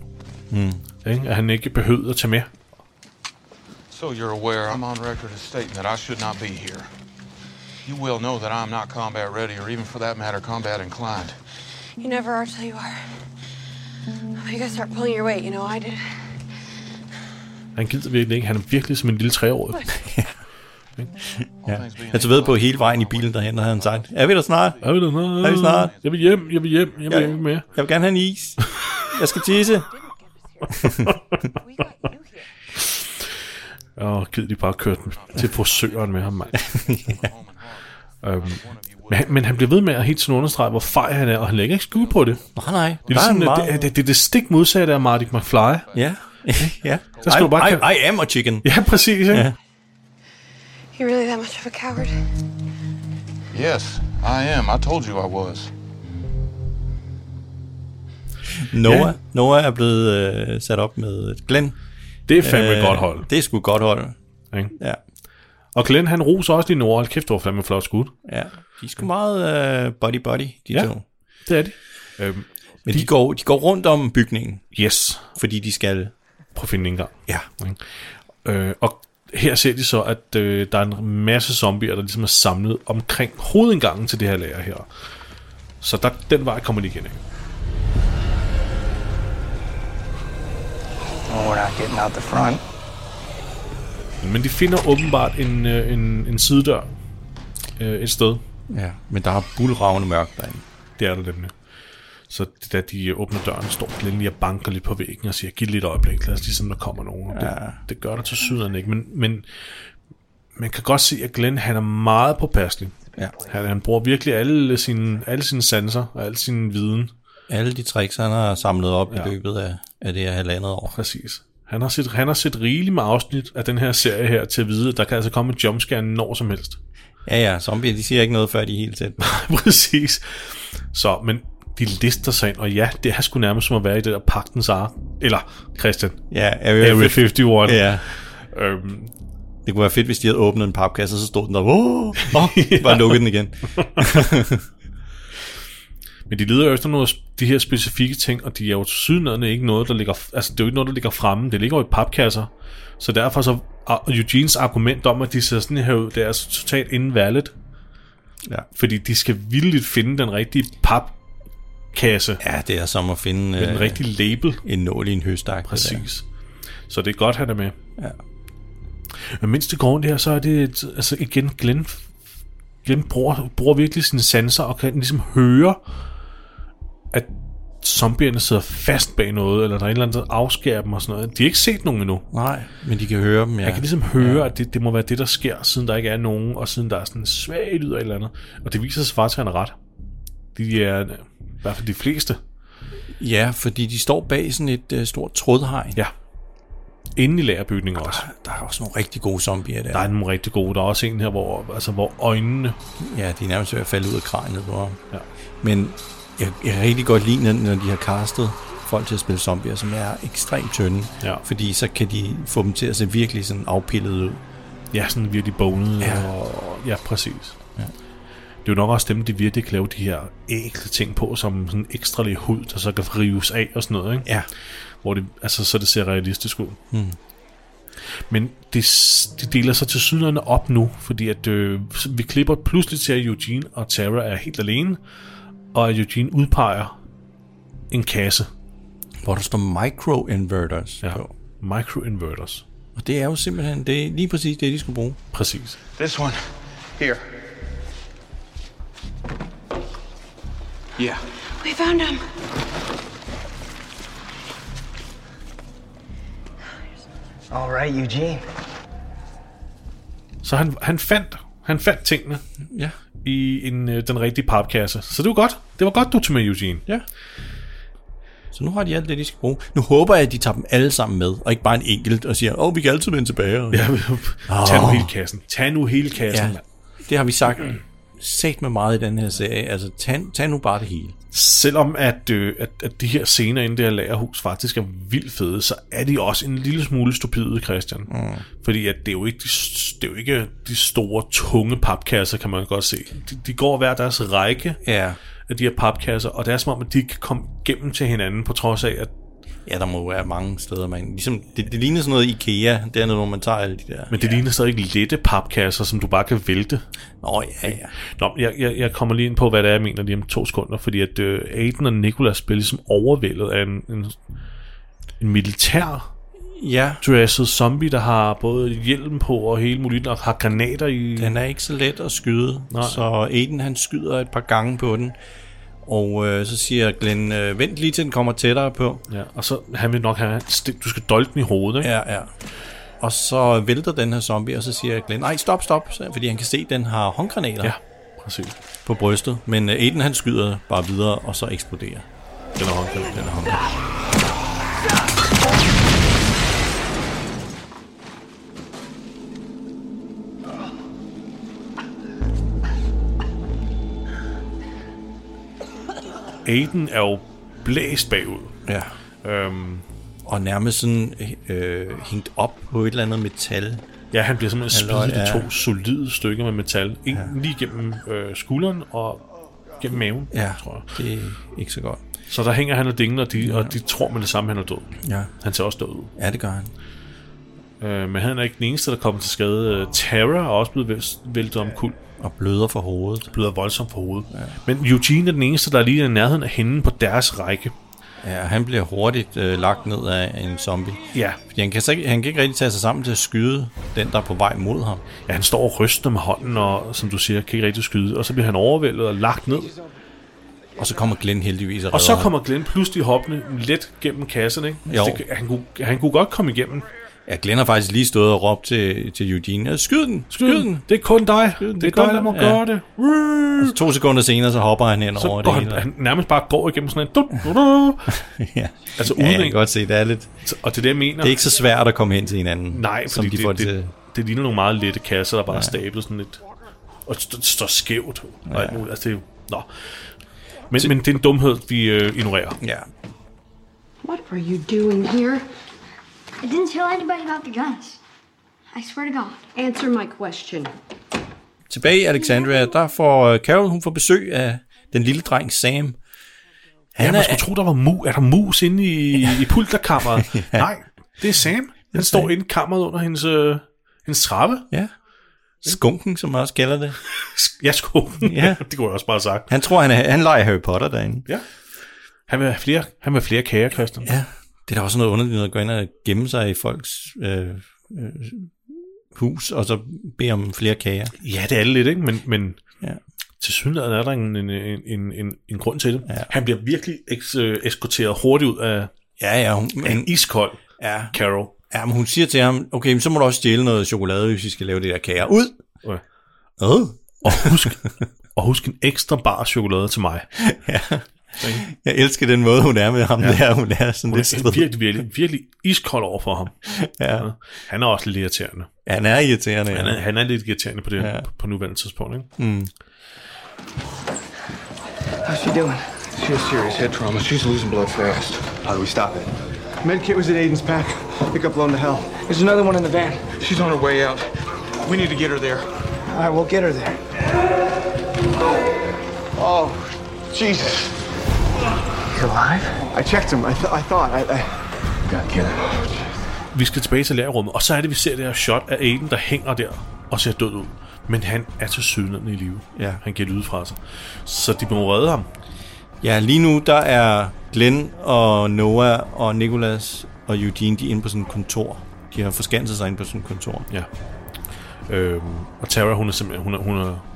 Hmm.
Mm. Ikke? At han ikke behøvede at tage med.
So you're aware, I'm on record as stating that I should not be here. You will know that I'm not combat ready, or even for that matter, combat inclined.
You never are till you are. Oh, you gotta start pulling your weight, you know, I did.
Han gider virkelig ikke. Han er virkelig som en lille treårig.
All things being
Jeg tager ved på
equal,
at hele vejen i bilen derhen, der havde han sagt, er vi der snart?
Er vi der snart?
Er vi snart?
Jeg vil hjem, jeg vil hjem, jeg vil
Ja.
ikke mere.
Jeg vil gerne have en is. Jeg skal tisse.
We got you here.
Åh, gid de bare kørte den til forsøgeren med ham, mand. øhm, men, han, men han bliver ved med at helt sådan understrege, hvor fej han er, og han lægger ikke skud på det.
Nej, nej.
Det er, sådan, meget... det, det, det, er det stik modsatte af Marty McFly. [LAUGHS]
Ja. [LAUGHS] ja.
Der skal
I,
du bare
I,
kan-
I am a chicken.
Ja, præcis. Ja.
You're really that much of a coward.
Yes, I am. I told you I was.
Noah, ja. Noah er blevet øh, sat op med Glenn.
Det er fandme øh, godt hold.
Det er sgu et godt hold.
Ikke?
Ja,
Og Glenn, han roser også lige Nora. Hold Kæft, det var fandme flot skud.
ja. De er sgu meget øh, buddy-buddy, de
Ja.
ja. to.
Det er det. Øhm,
Men de, de, går, de går rundt om bygningen,
yes.
fordi de skal...
Prøv at finde en gang.
Ja.
Øh, og her ser de så, at øh, der er en masse zombier, der ligesom er samlet omkring hovedindgangen til det her lager her. Så der, den vej kommer de igen. Ikke?
We're not getting out the front.
Men de finder åbenbart en, øh, en, en sidedør øh, et sted.
ja. Men der er bulravende mørkt derinde.
Det er der nemlig. Så det da de åbner døren, står Glenn lige og banker lidt på væggen og siger, giv det lidt øjeblik, lad os lige se, om der kommer nogen. Ja. Det, det, gør der til syden ikke, men, men man kan godt se, at Glenn han er meget påpasselig.
Ja.
Han, han bruger virkelig alle sine, alle sine sanser og al sin viden.
Alle de tricks, han har samlet op ja.
Ja.
i løbet af, af det her halvandet år.
Præcis. Han har, set, han har set rigeligt med afsnit af den her serie her til at vide, at der kan altså komme et jumpscare når som helst.
Ja, ja, zombier, de siger ikke noget, før de er helt tæt.
[LAUGHS] Præcis. Så, men de lister sig ind, og ja, det er sgu nærmest som at være i det der pagtens ark. Eller, Christian,
Ja, Area,
Area 51.
Ja,
Øhm,
det kunne være fedt, hvis de havde åbnet en papkasse, og så stod den der, åh, oh, [LAUGHS] bare lukket den igen.
men de leder jo efter noget, de her specifikke ting, og de er jo tilsyneladende ikke noget, der ligger, altså det er jo ikke noget, der ligger fremme, det ligger jo i papkasser. Så derfor så, og Eugenes argument om, at de ser sådan her ud, det er altså totalt invalid,
Ja.
fordi de skal vildt finde den rigtige papkasse,
Ja, det er som at finde øh,
den rigtige label.
en nål i en høstak. det der.
Præcis. Så det er godt, han er med.
Ja.
Men mens det går rundt her, så er det et- altså igen Glenn, Glenn bruger, bruger virkelig sine sanser og kan ligesom høre, at zombierne sidder fast bag noget, eller der er en eller anden, der afskærer dem og sådan noget. De har ikke set nogen endnu.
Nej, men de kan høre dem, ja.
Jeg kan ligesom høre, ja. at det, det må være det, der sker, siden der ikke er nogen, og siden der er sådan en svag lyd af et eller andet. Og det viser sig faktisk, at han er ret. De er øh, i hvert fald de fleste.
Ja, fordi de står bag sådan et øh, stort trådhegn.
Ja. Inde i lagerbygningen også.
Der er også nogle rigtig gode zombier der.
Der er nogle rigtig gode. Der er også en her, hvor, altså, hvor øjnene...
Ja, de er nærmest ved at falde ud af kraniet på ham.
Ja.
Men jeg, jeg kan rigtig godt lide, når- når de har castet folk til at spille zombier, som er ekstremt tynde.
Ja.
Fordi så kan de få dem til at se virkelig sådan afpillet ud.
Ja, sådan virkelig bonede.
Ja.
Ja. Og, ja, præcis. Ja. Det er jo nok også dem, de virkelig kan lave de her ækle ting på, som sådan ekstra lidt hud, der så kan rives af og sådan noget. Ikke?
Ja.
Hvor det, altså, så det ser realistisk ud. Hmm. Men det, s- de deler sig til syderne op nu, fordi at, øh, vi klipper pludselig til, at Eugene og Tara er helt alene, og at Eugene udpeger en kasse
Hvor der står microinverters ja.
ja,
på.
microinverters.
Og det er jo simpelthen det, er lige præcis det, de skulle bruge.
Præcis.
This one. Here. Yeah.
We found him.
All right, Eugene.
Så han, han, fandt, han fandt tingene
Ja.
i en, øh, den rigtige papkasse. Så det var godt. Det var godt, du tog med, Eugene.
ja. Så nu har de alt det, de skal bruge. Nu håber jeg, at de tager dem alle sammen med, og ikke bare en enkelt, og siger, åh, oh, vi kan altid vende tilbage. Og-
Ja, Tag nu hele kassen. Tag nu hele kassen.
ja.
Ja.
Det har vi sagt sat med meget i den her serie. Altså, tag, tag nu bare det hele.
Selvom at, øh, at, at de her scener inde i det her lagerhus faktisk er vildt fede, så er de også en lille smule stupide, Christian. Mm. Fordi at det, er jo ikke de, s- det er jo ikke de store, tunge papkasser, kan man godt se. De, de går hver deres række
Ja.
af de her papkasser, og det er som om, at de ikke kan komme gennem til hinanden, på trods af, at
Ja, der må jo være mange steder, man... Ligesom, det, det ligner sådan noget IKEA, dernede, hvor man tager alle de der...
men det ja. ligner stadig lette papkasser, som du bare kan vælte.
Nå, ja, ja.
Nå, jeg, jeg, jeg kommer lige ind på, hvad det er, jeg mener lige om to sekunder, fordi at øh, Aiden og Nicholas bliver ligesom overvældet af en, en, en militær
Ja,
dresset zombie, der har både hjelm på og hele muligt, og har granater i...
den er ikke så let at skyde,
Nej.
så Aiden han skyder et par gange på den, og øh, så siger Glenn, øh, vent lige til den kommer tættere på.
Ja, og så han vil nok have... sti- Du skal dolke den i hovedet, ikke?
Ja, ja. Og så vælter den her zombie, og så siger Glenn, nej, stop, stop, så- fordi han kan se, at den har håndgranater ja.
ja præcis.
på brystet, men øh, Aiden han skyder bare videre, og så eksploderer.
Den er håndklædt.
Den her
Aiden er jo blæst bagud.
Ja.
Øhm,
og nærmest sådan øh, hængt op på et eller andet metal.
Ja, han bliver simpelthen
Halløj,
spidet i
ja.
to solide stykker med metal. En ja. lige gennem øh, skulderen og gennem maven,
Ja,
tror jeg.
det er ikke så godt.
Så der hænger han og dingler, og de, ja. og de tror med det samme, han er død.
Ja.
Han ser også død ud.
Ja, det gør han.
Øh, men han er ikke den eneste, der kommer til skade. Øh, Tara er også blevet vælt- væltet om kul.
Og bløder fra hovedet.
Bløder voldsomt på hovedet. Ja. Men Eugene er den eneste, der er lige i nærheden af hende på deres række.
Ja, og han bliver hurtigt øh, lagt ned af en zombie.
Ja.
Fordi han kan, så ikke, han kan ikke rigtig tage sig sammen til at skyde den, der er på vej mod ham.
ja, han står og ryster med hånden, og som du siger, kan ikke rigtig skyde. Og så bliver han overvældet og lagt ned.
Og så kommer Glenn heldigvis og,
Og så
redder
kommer Glenn pludselig hoppende let gennem kassen, ikke?
Jo.
Det, han, kunne, han kunne godt komme igennem.
ham. Ja, Glenn har faktisk lige stået og råbt til, til Eugene, "Øh, skyd den, skyd,
Skyd den. Det er kun dig.
den,
Det
det
er
er
dig,
godt,
der må
ja.
gøre det. Woo!
To sekunder senere, så hopper han hen over
Så
det
går han,
hele.
han nærmest bare går igennem sådan en... Du, du, du.
[LAUGHS] ja.
Altså
ja,
uden
jeg kan
en-
godt se, det er lidt...
Og det er det, jeg mener.
Det er ikke så svært at komme hen til hinanden,
Nej,
som
fordi
de får
det, det,
til.
det, det ligner nogle meget lette kasser, der bare er stablet sådan lidt... Og st- står skævt og alt muligt. Altså, det er jo... Nå. Men, men det er en dumhed, vi øh, ignorerer.
Ja.
What were you doing here?
I didn't tell anybody about the guns. I swear to God.
Answer my question.
Tilbage i Alexandria, der får øh, Carol, hun får besøg af den lille dreng Sam.
Han ja, man skulle tro, der var mu- er der mus inde i, i pulterkammeret.
[LAUGHS]
ja. Nej, det er Sam. Han står inde i kammeret under hendes, øh, hendes trappe.
Ja. Skunken, som man også kalder det.
Jeg skulle.
Ja.
[LAUGHS] det kunne jeg også bare have sagt.
Han tror, han, er, han leger Harry Potter derinde.
Ja. Han vil have flere, han vil have flere kager, Christian.
Ja, det er da også noget underligt noget at gå ind og gemme sig i folks øh, øh, hus, og så bede om flere kager.
ja det er det lidt, ikke? Men, men
Ja.
til synligheden er der en, en, en, en, en, en grund til det.
Ja.
Han bliver virkelig eks- øh, eskorteret hurtigt ud af
Ja, ja, hun,
af en
men,
iskold
ja,
Carol.
ja, men hun siger til ham, okay, men så må du også stjæle noget chokolade, hvis vi skal lave det der kager. Ud!
Ja.
Øh.
Og
[LAUGHS]
husk, og husk en ekstra bar chokolade til mig.
Jeg elsker den måde, hun er med ham ja. der. Hun er sådan
Hun
lidt
er
strid.
virkelig, virkelig, virkelig iskold over for ham.
Ja.
Han er også lidt irriterende.
Ja, han er irriterende.
Han er, han er lidt irriterende på det
Ja.
ja. på, på nuværende tidspunkt. Ikke?
How's she doing?
She has serious head trauma. She's losing blood fast. How do we stop it?
Medkit was at Aiden's pack. It got blown to hell. There's another one in the van.
She's on her way out. We need to get her there.
All right, we'll get her there.
Oh, Jesus.
You alive?
I checked him. I, th- I thought. I, I... Gotta get her.
Vi skal tilbage til lærerummet, og så er det, vi ser det her shot af Aiden, der hænger der og ser død ud. Men han er til syden i live.
Ja.
Han giver lyd fra sig. Så de må redde ham.
Ja, lige nu der er Glenn og Noah og Nicholas og Eugene, de er inde på sådan et kontor. De har forskanset sig inde på sådan et kontor.
Ja. Øhm, og Tara, hun er simpelthen hun er, hun er,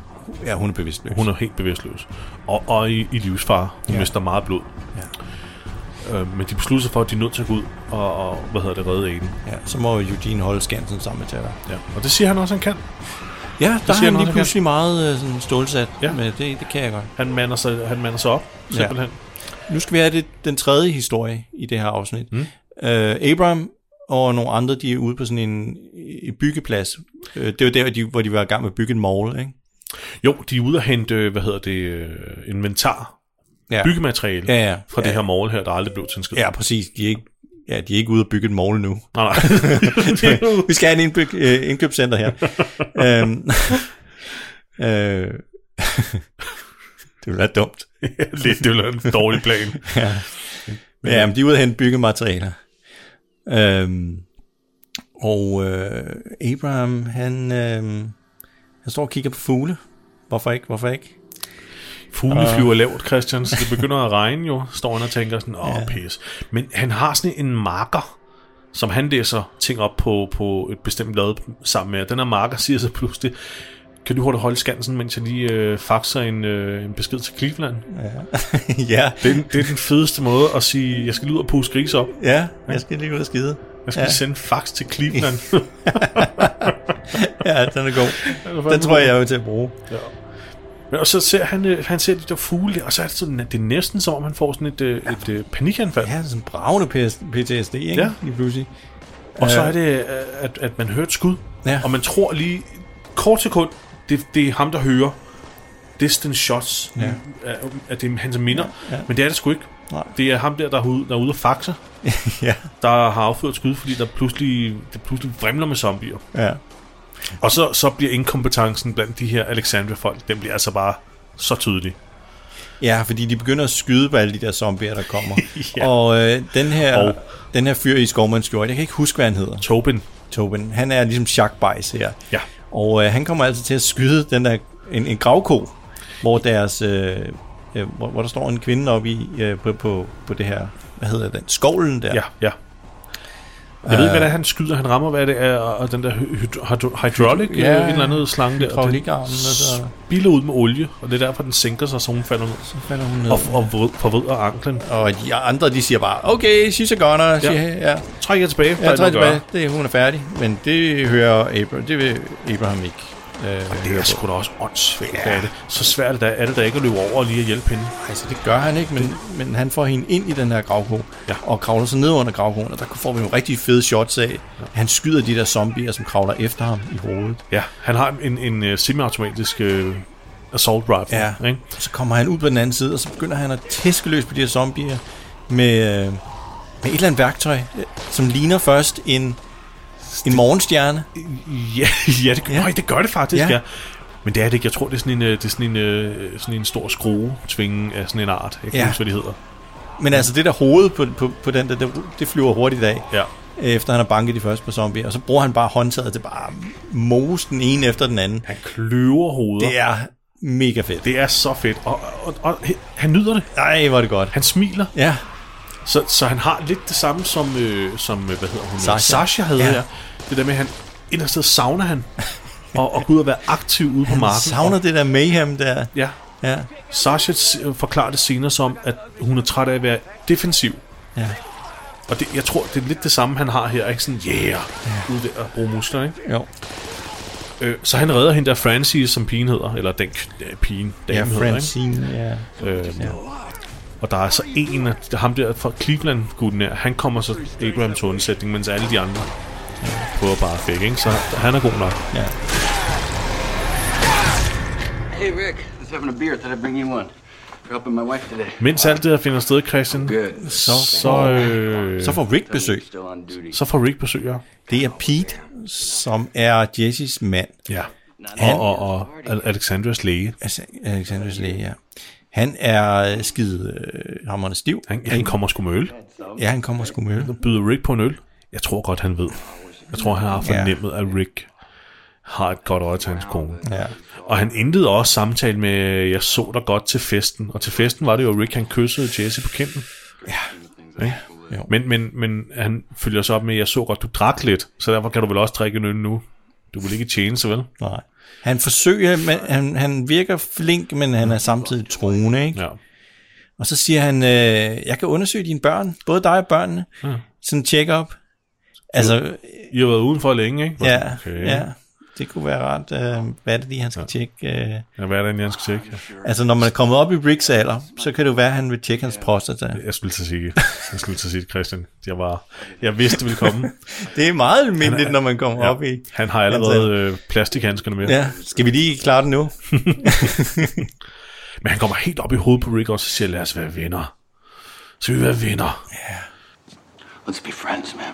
Ja, hun er bevidstløs.
hun er helt bevidstløs. Og, og i, i livsfare. Hun
Ja.
ja. mister meget blod. Ja. Øhm, men de beslutter sig for, at de er nødt til at gå ud og, og hvad hedder det, redde Aiden.
Ja, så må Eugene holde skansen sammen med Tara.
Ja. Og det siger han også, han kan.
Ja, der
siger
er han
han
lige
også, han
pludselig meget øh, sådan stålsat ja.
Ja.
med det. Det kan jeg godt.
Han mander sig, han mander sig op, simpelthen.
Nu skal vi have det, den tredje historie i det her afsnit. Mm. Øh, Abraham og nogle andre, de er ude på sådan en, en byggeplads. Øh, det var der, hvor de, hvor de var i gang med at bygge en mall, ikke?
Jo, de er ude og hente, øh, hvad hedder det, øh, inventar,
Ja.
byggemateriale
Ja, ja.
fra
Ja.
det her mål her, der aldrig blev til en skid.
Ja, præcis. De er ikke, ja, de er ikke ude at bygge et mall [LAUGHS] nu.
Nej, [LAUGHS] nej.
[LAUGHS] vi skal have en indbyg, øh, indkøbscenter [LAUGHS] her. øhm, [LAUGHS] øh, [LAUGHS] det ville være dumt.
Lidt, det er en dårlig plan.
Ja, men øh, de er ude at hente byggematerialer. Øhm, og øh, Abraham, han, øh, han står og kigger på fugle. Hvorfor ikke? Hvorfor ikke?
Fugle flyver
Ah.
lavt, Christian, så det begynder at regne jo, står han og tænker sådan, åh, pis. Men han har sådan en marker, som han læser ting op på, på et bestemt blad sammen med. Den her marker siger så pludselig, kan du hurtigt holde skansen, mens jeg lige øh, faxer en, øh, en besked til Cleveland?
[LAUGHS] ja,
Det er, den- det er den fedeste måde at sige, jeg skal ud og puse gris op.
ja, jeg skal lige ud og skide.
Jeg skal
Ja.
ja. sende en fax til Cleveland.
[LAUGHS] Ja, den er god.
fandme
Den tror jeg,
god.
jeg vil til at bruge.
Men, og så ser han, øh, han ser de der fugle der, og så er det, sådan, at det er næsten som om, han får sådan et, øh, et øh, panikanfald.
Ja, sådan en bravende PS- PTSD, ikke?
Ja.
Lige pludselig.
Og så er det, øh, at, at man hører et skud,
Ja.
og man tror lige kort sekund, det, det er ham, der hører distant shots,
Ja.
at, at det er han, som minder. Ja. Men det er det sgu ikke. Nej.
[LAUGHS]
Det er ham der, der er ude, der er ude og faxer, ja. der har affyret skud, fordi der pludselig, det pludselig vrimler med zombier.
Ja.
Og så, så bliver inkompetencen blandt de her Alexandria-folk, den bliver altså bare så tydelig.
Ja, fordi de begynder at skyde på alle de der zombier, der kommer. [LAUGHS] ja. Og øh, den, her, og... den her fyr i skovmandskjort, jeg kan ikke huske, hvad han hedder.
Tobin.
Tobin. Han er ligesom Jacques her.
Ja.
Og øh, han kommer altså til at skyde den der, en, en gravko, hvor deres... Øh, øh, hvor, hvor der står en kvinde oppe i, øh, på, på, på det her, hvad hedder den, skovlen der.
Ja, ja. Jeg øh, ved ikke, hvad det er, han skyder. Han rammer, hvad det er, og den der hydro- hydraulic, hydro, ja, en eller anden slange der, og den
altså.
spiller ud med olie, og det er derfor, den sænker sig, så hun falder ned.
Så falder hun ned.
Og, og vrid, forvrider anklen.
Og de andre, de siger bare, okay, she's a gunner. Ja. Siger, ja.
Træk jer tilbage.
Ja, træk tilbage. Det, hun er færdig. Men det hører Abraham, det vil Abraham ikke.
Øh, og det er sgu da også åndssvagt, ja. er det. Så svært er det, er det da ikke at løbe over og lige at hjælpe hende.
Altså, det gør han ikke, men, men han får hende ind i den her gravko, ja. og kravler sig ned under gravkoen, og der får vi nogle rigtig fede shots af. Ja. Han skyder de der zombier, som kravler efter ham i hovedet.
Ja, han har en, en, en semiautomatisk øh, assault rifle.
Ja, ikke? Og så kommer han ud på den anden side, og så begynder han at tæske løs på de her zombier med, øh, med et eller andet værktøj, øh, som ligner først en... En morgenstjerne?
Ja, [LAUGHS] ja, det, ja. Nøj, det gør det faktisk, ja. ja. Men det er det ikke. Jeg tror, det er sådan en, øh, det er sådan en, sådan en stor skrue tvinge af sådan en art. Jeg kan ja. huske, hvad det hedder.
Men altså, det der hoved på, på, på den der, det, det flyver hurtigt af. øh,
Ja.
Efter han har banket de første par zombier. Og så bruger han bare håndtaget til bare mose den ene efter den anden.
Han kløver hovedet.
Det er mega fedt.
Det er så fedt. Og, og, og, og han nyder det.
Nej, hvor det godt.
Han smiler.
Ja.
Så, så han har lidt det samme som, øh, som hvad hedder hun?
Sasha,
Sasha havde ja. her. Det der med, at han indersted savner han og, og gå ud og være aktiv ude
han
på marken.
savner
og,
det der mayhem der.
Ja.
ja.
Sasha forklarer det senere som, at hun er træt af at være defensiv.
Ja.
Og det, jeg tror, det er lidt det samme, han har her. Ikke sådan, yeah, ja. ude der og bruge muskler, ikke?
Jo.
Øh, så han redder hende der Francie, som pigen hedder. Eller den øh, pigen,
ja,
hedder,
Francine,
hedder, ikke? ja. Øh, ja. Og der er så en af ham der fra Cleveland gutten her, han kommer så Abraham til undsætning, mens alle de andre ja. prøver bare at fække, ikke? Så han er god nok.
Ja.
Hey Rick, let's having a beer. Thought I'd bring you one. Helping my wife today.
Mens alt det her finder sted, Christian,
Good.
så, så, øh,
så får Rick besøg.
Så får Rick besøg, ja.
Det er Pete, som er Jessys mand.
Ja. Og, og, og Alexandras læge.
Alexandras læge, ja. Han er skide øh, hammerne stiv.
Han, han kommer sgu med øl.
Ja, han kommer sgu med øl.
Byder Rick på en øl. Jeg tror godt, han ved. Jeg tror, han har fornemmet, ja. at Rick har et godt øje til hans kone.
Ja.
Og han indleder også samtale med, jeg så dig godt til festen. Og til festen var det jo Rick, han kyssede Jesse på kinden.
Ja.
ja. Jo. Men, men, men han følger så op med, jeg så godt, du drak lidt, så derfor kan du vel også drikke en øl nu. Du vil ikke tjene så vel?
Nej. Han forsøger, men han, han virker flink, men han er samtidig troende, ikke?
Ja.
Og så siger han, øh, jeg kan undersøge dine børn, både dig og børnene, ja. sådan check up. Altså,
I har været udenfor længe, ikke?
Ja, okay. ja. Det kunne være rart. Øh, hvad er det lige, han skal ja. tjekke? Øh,
ja, hvad er det lige, han skal tjekke?
Altså, når man er kommet op i Ricks alder, så kan det jo være, at han vil tjekke hans prostata.
Jeg skulle til at sige, jeg skulle til at sige Christian. Jeg, var, jeg vidste, det ville
[LAUGHS]
komme.
det er meget almindeligt, han, når man kommer ja, op i...
Han har allerede øh, plastikhandskerne med.
Ja, skal vi lige klare det nu?
Men han kommer helt op i hovedet på Rick og så siger, lad os være venner. Så vi være venner.
Ja. Yeah.
Let's be friends, man.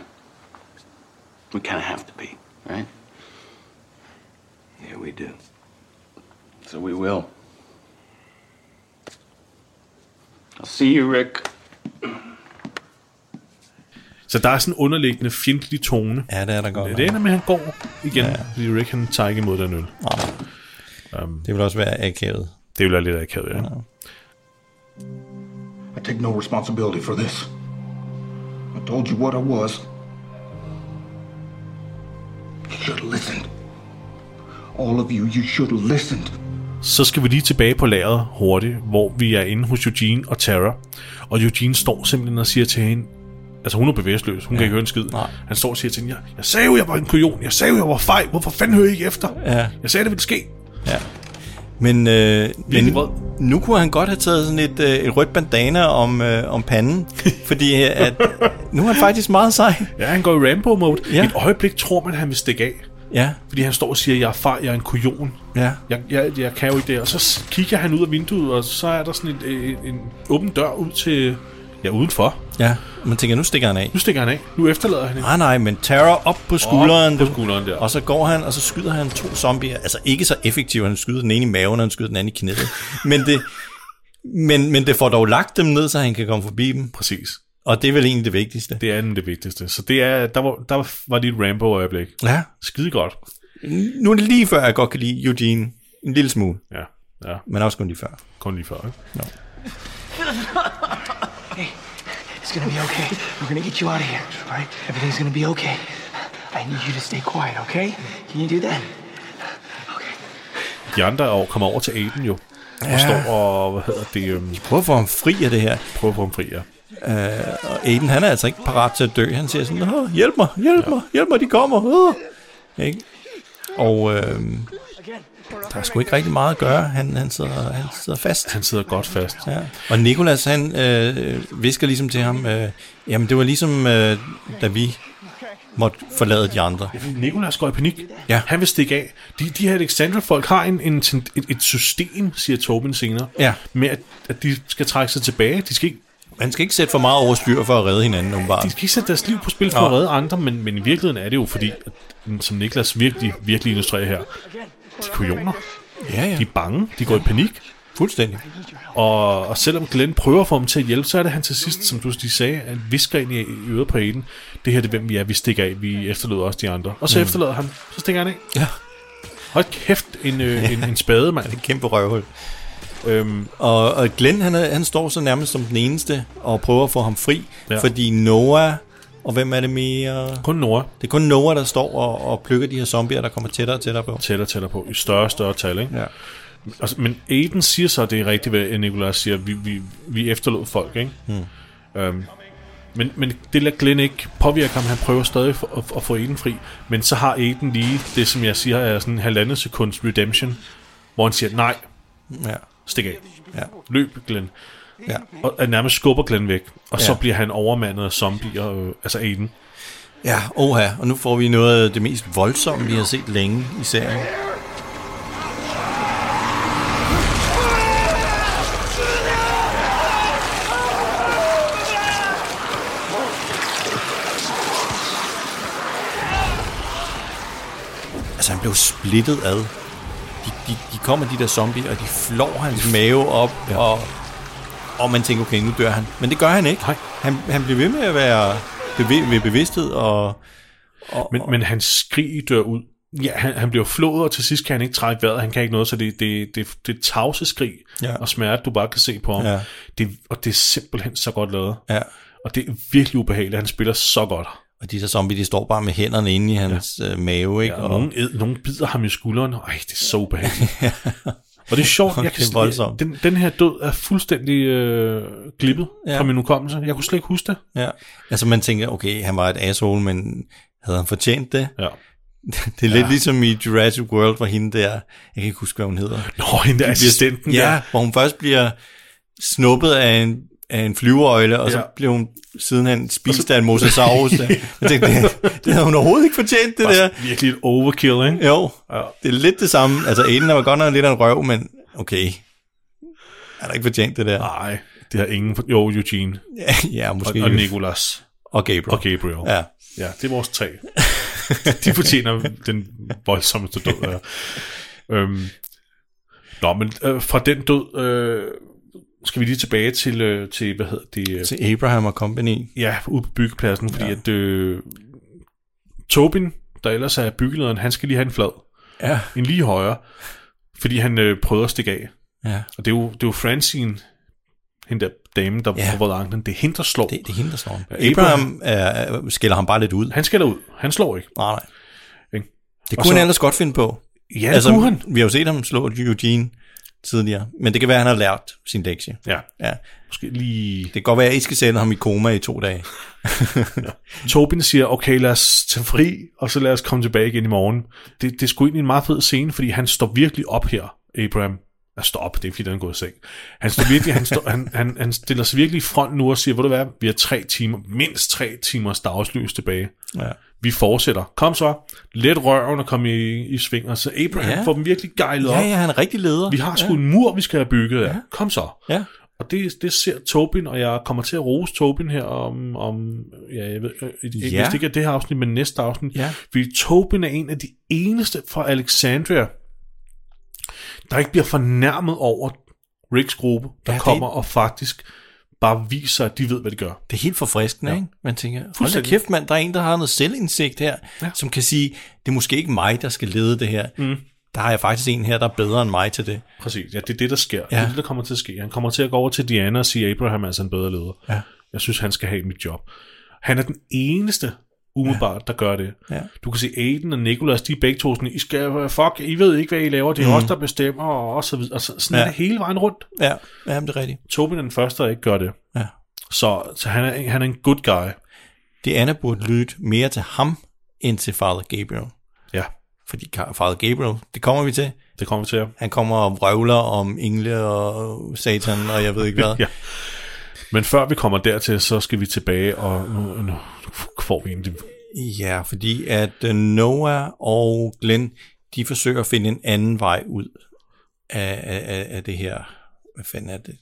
We kind of have to be, right? Yeah, we do. So we will. I'll see you, Rick.
Så der er sådan en underliggende fjendtlig tone.
Ja, det er der godt.
Det, det ender med, at han går igen, ja. fordi Rick han tager ikke imod den øl.
Nej. Um, det vil også være akavet.
Det vil være lidt akavet, ja. ja.
I take no responsibility for this. I told you what I was. You should have listened. All of you, you should have listened.
Så skal vi lige tilbage på lageret hurtigt, hvor vi er inde hos Eugene og Tara. Og Eugene står simpelthen og siger til hende, altså hun er bevidstløs, hun ja. kan ikke høre en skid.
Nej.
Han står og siger til hende, jeg, jeg sagde jo, jeg var en kujon, jeg sagde jo, jeg var fej, hvorfor fanden hører I ikke efter?
Ja.
Jeg sagde, det ville ske.
Ja. Men, øh, men nu kunne han godt have taget sådan et, øh, et rødt bandana om, øh, om
[LAUGHS]
panden, fordi øh, at, nu er han faktisk meget sej.
Ja, han går i Rambo-mode. Ja. Et øjeblik tror man, han vil stikke af.
Ja.
Fordi han står og siger, jeg er far, jeg er en kujon.
Ja.
Jeg, jeg, jeg kan jo ikke det. Og så kigger han ud af vinduet, og så er der sådan en, en, en åben dør ud til Ja, udenfor.
Ja, man tænker, nu stikker han af. Ah,
Nu stikker han af. Nu efterlader han hende.
Nej, nej, men terror op på skulderen.
Op på skulderen der.
Og så går han, og så skyder han to zombier. Altså ikke så effektivt, han skyder den ene i maven, og han skyder den anden i
[LAUGHS]
knæet. men, det, men, men det får dog lagt dem ned, så han kan komme forbi dem.
Præcis.
Og det er vel egentlig det vigtigste.
Det er nemlig det vigtigste. Så det er, der, var, der var lige et Rambo-øjeblik.
Ja.
Skide godt.
Nu er det lige før, jeg godt kan lide Eugene. En lille smule.
Ja. ja.
Men også kun lige før.
Kun lige før, ikke?
No.
hey, it's gonna be okay. We're gonna get you out of here, right? Everything's gonna be okay. I need you to stay quiet, okay? Can you do that? Okay.
De andre år kommer over til Aiden jo. Og
Ja.
står og, hvad hedder det, øhm,
De prøver at få ham fri af det her.
prøver at få ham fri, ja.
Øh, og Aiden, han er altså ikke parat til at dø. Han siger sådan, "Åh, hjælp mig, hjælp mig, hjælp mig, de kommer. Øh. Ikke? Og øh, der er sgu ikke rigtig meget at gøre. Han, han, sidder, han sidder fast.
Han sidder godt fast.
Ja. Og Nikolas, han øh, visker ligesom til ham, øh, jamen det var ligesom, øh, da vi måtte forlade de andre.
Nikolas går i panik.
Ja.
Han vil stikke af. De, de her Alexandra-folk har en, en, ten- et, et system, siger Tobin senere,
Ja.
med at, at de skal trække sig tilbage. De skal ikke,
Man skal ikke sætte for meget over styr for at redde hinanden,
de
åbenbart.
skal ikke sætte deres liv på spil for
Nå.
at redde andre, men, men i virkeligheden er det jo fordi, at, som Niklas virkelig, virkelig illustrerer her, de er kujoner.
Ja, ja.
De er bange. De går i panik.
Fuldstændig.
Og, og selvom Glenn prøver at få ham til at hjælpe, så er det han til sidst, som du lige sagde, at visker ind i i øret på Aiden. Det her det er, hvem vi er. Vi stikker af. Vi efterlod også de andre. Og så mm. efterlader han. Så stikker han af.
Ja.
Hold kæft, en, øh, en, en spade,
[LAUGHS]
mand.
Kæmpe røvhul.
Øhm,
Og, og Glenn, han, er, han står så nærmest som den eneste og prøver at få ham fri,
Ja.
ja. fordi Noah, og hvem er det mere?
kun Nora
Det er kun Noah, der står og, og plukker de her zombier, der kommer tættere og tættere på.
tæller tæller på i større og større tal. Ikke?
Ja.
Og, s- Altså, men Aiden siger så, at det er rigtigt, hvad Nicolas siger. Vi, vi, vi efterlod folk. Ikke? Mm. Øhm, men, men det lader Glenn ikke påvirke ham. Han prøver stadig for, at, at få Aiden fri. Men så har Aiden lige det, som jeg siger, er sådan en halvandet sekunds redemption, hvor han siger, nej,
Ja.
stik af.
Ja.
Løb, Glenn.
Ja.
Og at nærmest skubber Glenn væk. Og ja. så
Ja.
bliver han overmandet af zombier, øh, altså Aiden.
Ja, oha. Og nu får vi noget af det mest voldsomme, vi har set længe i serien. Altså, han blev splittet ad. De, de, de kommer, de der zombier, og de flår hans mave op, ja. og, og man tænker, okay, nu dør han. Men det gør han ikke.
Nej.
Han, han bliver ved med at være bevi- ved bevidsthed, og
Men, men hans skrig dør ud. Ja, han, han bliver flået, og til sidst kan han ikke trække vejret. Han kan ikke noget, så det, det, det, det er tavse skrig
Ja.
og smerte, du bare kan se på ham.
Ja.
Det, og det er simpelthen så godt lavet.
Ja.
Og det er virkelig ubehageligt. Han spiller så godt.
Og de der zombie, de står bare med hænderne inde i hans ja. øh, mave, ikke?
Ja,
og
og nogen, ed, nogen bider ham i skulderen. Ej, det er så
[LAUGHS]
ubehageligt. og det er sjovt. Jeg
Det er
kan,
voldsomt.
den, den her død er fuldstændig øh, glippet ja.
Ja.
fra min hukommelse. Jeg kunne slet ikke huske det.
ja. Altså man tænker, okay, han var et asshole, men havde han fortjent det? [LAUGHS]
Ja.
Det er lidt ligesom i Jurassic World, hvor hende der, jeg kan ikke huske, hvad hun hedder.
Nå, hende der assistenten
ja,
der.
hvor hun først bliver snuppet af en, af en flyveøjle, og ja.
Ja.
så blev hun sidenhen spist af en
[LAUGHS]
mosasaurus. der. Jeg tænkte, det, det havde hun overhovedet ikke fortjent, det der.
Bare virkelig et overkill, ikke?
Jo,
Ja.
det er lidt det samme. Altså, Aiden var godt nok lidt af en røv, men okay. Han har ikke fortjent det der.
Nej, det har ingen... for- Jo, Eugene
[LAUGHS] ja,
og,
måske.
og Nicolas.
og Gabriel.
Og Gabriel.
Ja.
ja det er vores tre. De fortjener den voldsommeste død. Ja. Øhm. Nå, men øh, fra den død øh, skal vi lige tilbage til, øh, til hvad hedder det? Øh,
Til Abraham og Company.
ja, ude på byggepladsen, fordi ja.
Ja.
at øh, Tobin, der ellers er byggelederen, han skal lige have en flad.
Ja.
En lige højere. Fordi han øh, prøvede at stikke af.
ja.
Og det er jo, det er jo Francine, hende der dame, der
Ja.
ja. prøver anklen. Det er hende, der slår.
Det, det er hende, der slår ham.
Ja,
Abraham, Abraham øh, skiller ham bare lidt ud.
Han skælder ud. Han slår ikke.
Nej, nej.
Ikke?
Det
Og
kunne
så-
han ellers godt finde på.
Ja, altså, kunne han.
Vi har jo set ham slå Eugene tidligere, men det kan være, at han har lært sin lektie.
Ja,
Ja.
måske lige...
Det kan godt være, at I skal sende ham i koma i to dage.
Tobin siger, okay, lad os tage fri, og så lad os komme tilbage igen i morgen. Det, det er sgu egentlig en meget fed scene, fordi han står virkelig op her, Abraham. Jeg står op, det er ikke, fordi, han er gået i seng. Han, står virkelig, han, står, han, han, han stiller sig virkelig i front nu og siger, hvor du hvad, vi har tre timer, mindst tre timers dagslys tilbage.
Ja.
Vi fortsætter. Kom så, let røven og kom i, i sving, og så Abraham ja.
Ja.
får dem virkelig gejlet op.
ja, ja, han er rigtig leder.
Vi har sgu
ja.
en mur, vi skal have bygget af. Ja. Kom så.
Ja.
Og det, det ser Tobin, og jeg kommer til at rose Tobin her om, om ja, jeg ved, ikke,
Ja.
ja. hvis det ikke er det her afsnit, men næste afsnit.
Ja.
Fordi Tobin er en af de eneste fra Alexandria, der ikke bliver fornærmet over Ricks gruppe, der
Ja,
ja,
det-
kommer og faktisk bare viser, at de ved, hvad de gør.
Det er helt forfriskende, ja. ikke? Man tænker, hold da
Fuldstændig.
kæft mand, der er en, der har noget selvindsigt her, ja. som kan sige, det er måske ikke mig, der skal lede det her.
Mm.
Der har jeg faktisk en her, der er bedre end mig til det.
Præcis, ja, det er det, der sker. Ja.
Ja.
Det er det, der kommer til at ske. Han kommer til at gå over til Diana og sige, at Abraham er altså en bedre leder.
Ja.
Jeg synes, han skal have mit job. Han er den eneste, umiddelbart, ja. der gør det.
Ja.
Du kan se Aiden og Nikolas, de er begge to sådan, I skal, fuck, I ved ikke, hvad I laver, det er
Mhm.
mm. os, der bestemmer, og så videre. Og så, sådan
Ja.
ja. er det hele vejen rundt.
Ja, ja men det er rigtigt.
Tobin er den første, der ikke gør det.
Ja.
Så, så han, er, han er en good guy.
Diana burde lytte mere til ham, end til Father Gabriel.
Ja.
Fordi Ka- Father Gabriel, det kommer vi til.
Det kommer vi til, ja.
Han kommer og vrøvler om engle og satan, og jeg ved ikke hvad.
ja. Men før vi kommer dertil, så skal vi tilbage, og nu, nu får vi egentlig...
Ja, fordi at øh, Noah og Glenn, de forsøger at finde en anden vej ud af, af, af- af det her, hvad fanden er det?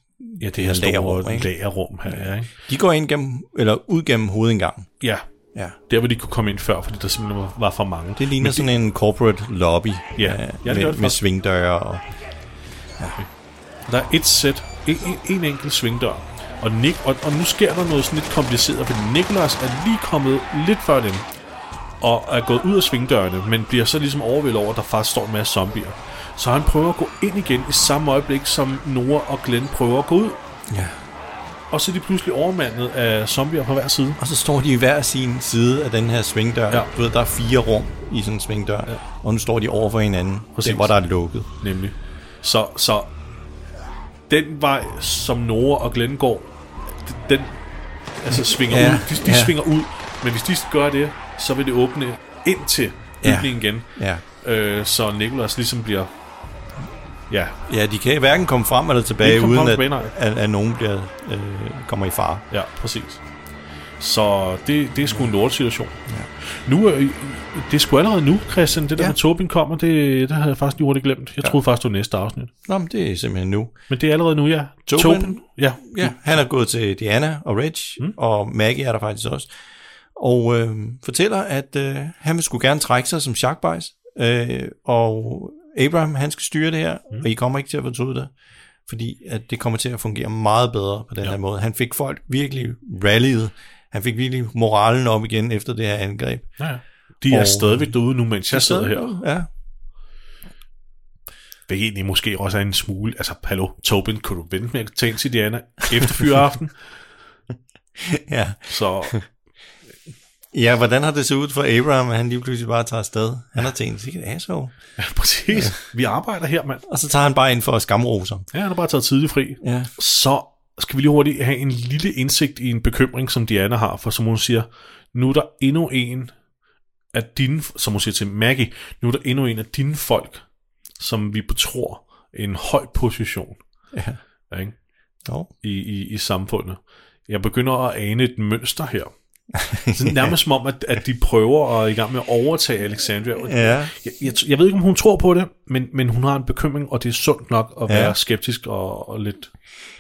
Ja, det
her
her
lagerrum,
store
ikke?
lagerrum her, ja, ikke?
De går ind gennem, eller ud gennem hovedindgangen.
Ja.
Ja.
Der, hvor de kunne komme ind før, fordi der simpelthen var- var for mange.
Det ligner sådan en corporate lobby
Ja,
øh,
ja, det gør det
med, med
faktisk.
svingdøre. Og,
Der er et sæt, en, en, en enkelt svingdør. Og, Nick, og, og nu sker der noget sådan lidt kompliceret, fordi Niklas er lige kommet lidt før dem, og er gået ud af svingdørene, men bliver så ligesom overvældet over, at der faktisk står en masse zombier. Så han prøver at gå ind igen i samme øjeblik, som Nora og Glenn prøver at gå ud.
Ja.
Og så er de pludselig overmandet af zombier på hver side.
og så står de i hver sin side af den her svingdør.
Ja.
Du ved, der er fire rum i sådan en svingdør, ja. og nu står de over for hinanden, der,
Præcis.
hvor der er lukket.
Nemlig. Så, så den vej, som Nora og Glenn går, d- den altså svinger
Ja,
ja, ud. De, de
ja.
ja. svinger ud, men hvis de gør det, så vil det åbne ind til
Ja,
bygningen igen.
ja.
Øh, så Nikolas ligesom bliver... Ja,
Ja, de kan hverken komme frem eller
De
tilbage,
kan komme
uden
frem
at,
eller
at, at nogen bliver, øh, kommer i fare.
ja, præcis. Så det, det er sgu en lort situation. Ja. Nu, er- det er sgu allerede nu, Christian, det der
Ja.
ja. med Tobin kommer, det, det havde jeg faktisk lige hurtigt glemt. Jeg
Ja.
ja. troede faktisk, det var næste afsnit.
Nå, men det er simpelthen nu.
Men det er allerede nu, ja.
Tobin,
ja.
Ja, han er gået til Diana og Rich, mm. og Maggie er der faktisk også, og øh, fortæller, at øh, han vil skulle gerne trække sig som sharkbejs, øh, og Abraham, han skal styre det her, mm. og I kommer ikke til at fortryde det, fordi at det kommer til at fungere meget bedre på den ja. her måde. Han fik folk virkelig rallied, han fik virkelig moralen op igen efter det her angreb.
Ja, ja. De er
Og-
stadigvæk derude nu, mens
De er
jeg sidder
stadigvæk
her.
derude, ja.
Det er egentlig måske også er en smule... Altså, hallo, Tobin, kunne du vente med at tage ind til Diana efter
[LAUGHS]
fyreaften?
ja.
Så
Ja, hvordan har det set ud for Abraham, at han lige pludselig bare tager afsted? Han har tænkt, sikkert asshole.
ja, præcis. Ja. Vi arbejder her, mand.
Og så tager han bare ind for at skamrose ham.
Ja, han har bare taget tidlig fri.
Ja.
Så skal vi lige hurtigt have en lille indsigt i en bekymring, som Diana har, for som hun siger, nu er der endnu en af dine, som hun siger til Maggie, nu er der endnu en af dine folk, som vi betror en høj position.
Ja.
Ja, ikke?
Jo.
I, i, i samfundet. Jeg begynder at ane et mønster
[LAUGHS]
her. Sådan nærmest som om, at, at de prøver at i gang med at overtage Alexandria.
Ja.
Jeg, jeg, jeg ved ikke, om hun tror på det, men, men hun har en bekymring, og det er sundt nok at
Ja.
være skeptisk og, og lidt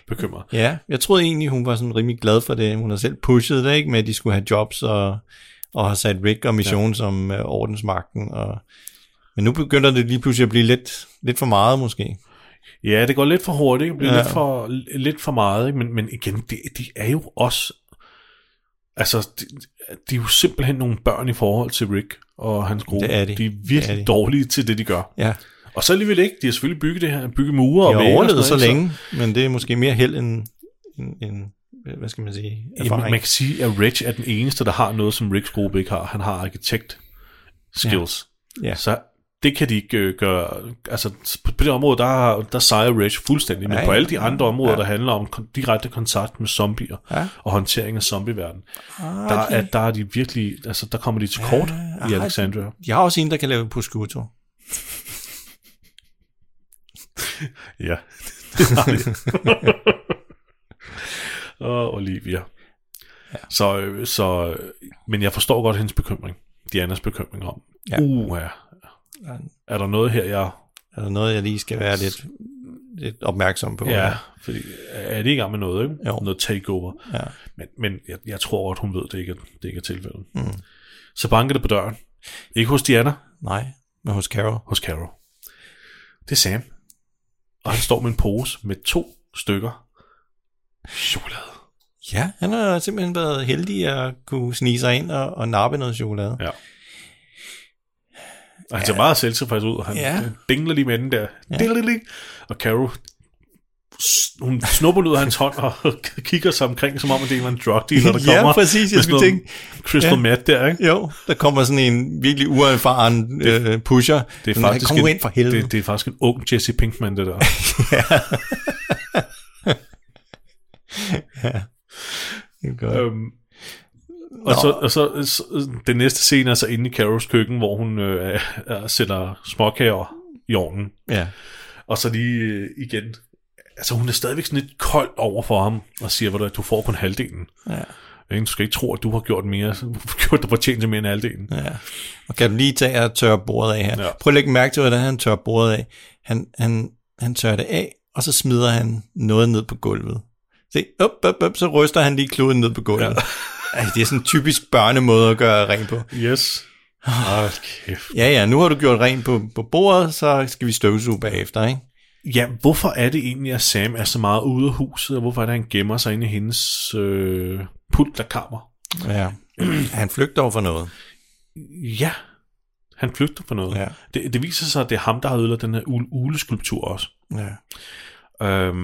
bekymret.
Ja, jeg troede egentlig, hun var sådan rimelig glad for det. Hun har selv pushet det, ikke? Med, at de skulle have jobs og, og har sat Rick og Mission ja. som øh, ordensmagten. Og, men nu begynder det lige pludselig at blive lidt, lidt for meget, måske.
Ja, det går lidt for hurtigt, ikke? Det bliver
Ja.
ja. lidt, for, lidt for meget, ikke? Men, men igen, det, de er jo også... Altså, de, de er jo simpelthen nogle børn i forhold til Rick og hans gruppe.
Det er de.
de er
Det er
virkelig
de.
dårlige til det, de gør.
Ja.
Og så alligevel ikke. De har selvfølgelig bygget det her, bygget mure
Jeg
og vægge
har
og
overlevet så
sådan noget, ikke?
længe, men det er måske mere held end, end, end øh, hvad skal man sige,
Jamen,
erfaring.
man kan sige, at Rich er den eneste, der har noget, som Ricks gruppe ikke har. Han har arkitekt skills.
Ja. Ja.
Så det kan de ikke øh, gøre. Altså, på, på det område, der, der sejrer Rich fuldstændig. Men
Ja,
ja, på
ja,
alle de
ja.
andre områder,
Ja.
ja. der handler om kon- direkte kontakt med zombier
Ja.
og håndtering af zombieverdenen,
Ah,
der,
okay.
er, der er de virkelig, altså, der kommer de til kort
Ja,
i
ah,
Alexandria.
Jeg har også en, der kan
[LAUGHS]
lave Puskuto.
Ja, det har de. og Olivia. Ja. Så, øh, så, øh, men jeg forstår godt hendes bekymring. Dianas bekymring om,
Ja.
ja. uh, er der noget her, jeg...
Er der noget, jeg lige skal være lidt lidt opmærksom på.
Ja, fordi er det i gang med noget, ikke? Jo. Noget takeover.
Ja.
Men, men jeg, jeg tror godt, hun ved, det ikke er, det ikke er tilfældet.
Mm.
Så banker det på døren. Ikke hos Diana.
Nej, men hos Carol.
Hos Carol. Det er Sam. Og han står med en pose med to stykker chokolade.
Ja, han har simpelthen været heldig at kunne snige sig ind og, og nappe noget chokolade.
Ja. Og han ser meget selvtilfreds ud, og han
Ja.
ja. dingler lige med den der. Ja. Og Caro, s- hun snupper ud af hans hånd og [LAUGHS] kigger sig omkring, som om at det er en eller anden drug dealer, der
[LAUGHS] ja,
kommer.
præcis. Jeg
med
skulle
sådan
tænke.
noget Crystal meth der, ikke?
Jo, der kommer sådan en virkelig uerfaren øh, pusher.
Det er
Sådan,
faktisk
"Kom nu
en-
ind for helvede.
Det, det er faktisk en ung Jesse Pinkman, det der.
[LAUGHS] ja. Det er godt.
Øhm, og,
Nå.
så, og så, så den næste scene er så inde i Carols køkken, hvor hun øh, er, er, sætter småkager i ovnen.
Ja.
Og så lige øh, igen. Altså hun er stadigvæk sådan lidt kold over for ham, og siger, "Ved du at du får kun halvdelen.
Ja.
Ikke? Du skal ikke tro, at du har gjort mere, [LAUGHS] du har gjort dig fortjent til mere end halvdelen.
Ja. Og kan du lige tage og tørre bordet af her? Ja. Prøv at lægge mærke til, hvordan han tørrer bordet af. Han, han, han tørrer det af, og så smider han noget ned på gulvet. Se, op, op, op, så ryster han lige kluden ned på gulvet. Ja. [LAUGHS] Ej, det er sådan en typisk børnemåde at gøre rent på.
Yes. Hold kæft.
Ja, ja, nu har du gjort rent på, på bordet, så skal vi støvsuge bagefter, ikke?
Ja, hvorfor er det egentlig, at Sam er så meget ude af huset, og hvorfor er det, at han gemmer sig inde i hendes øh, pulterkammer?
Ja. [CLEARS THROAT] Han flygter over for noget.
Ja, han flygter for noget.
Ja.
Det, det viser sig, at det er ham, der har ødelagt den her ul- uleskulptur også.
Ja.
Øhm,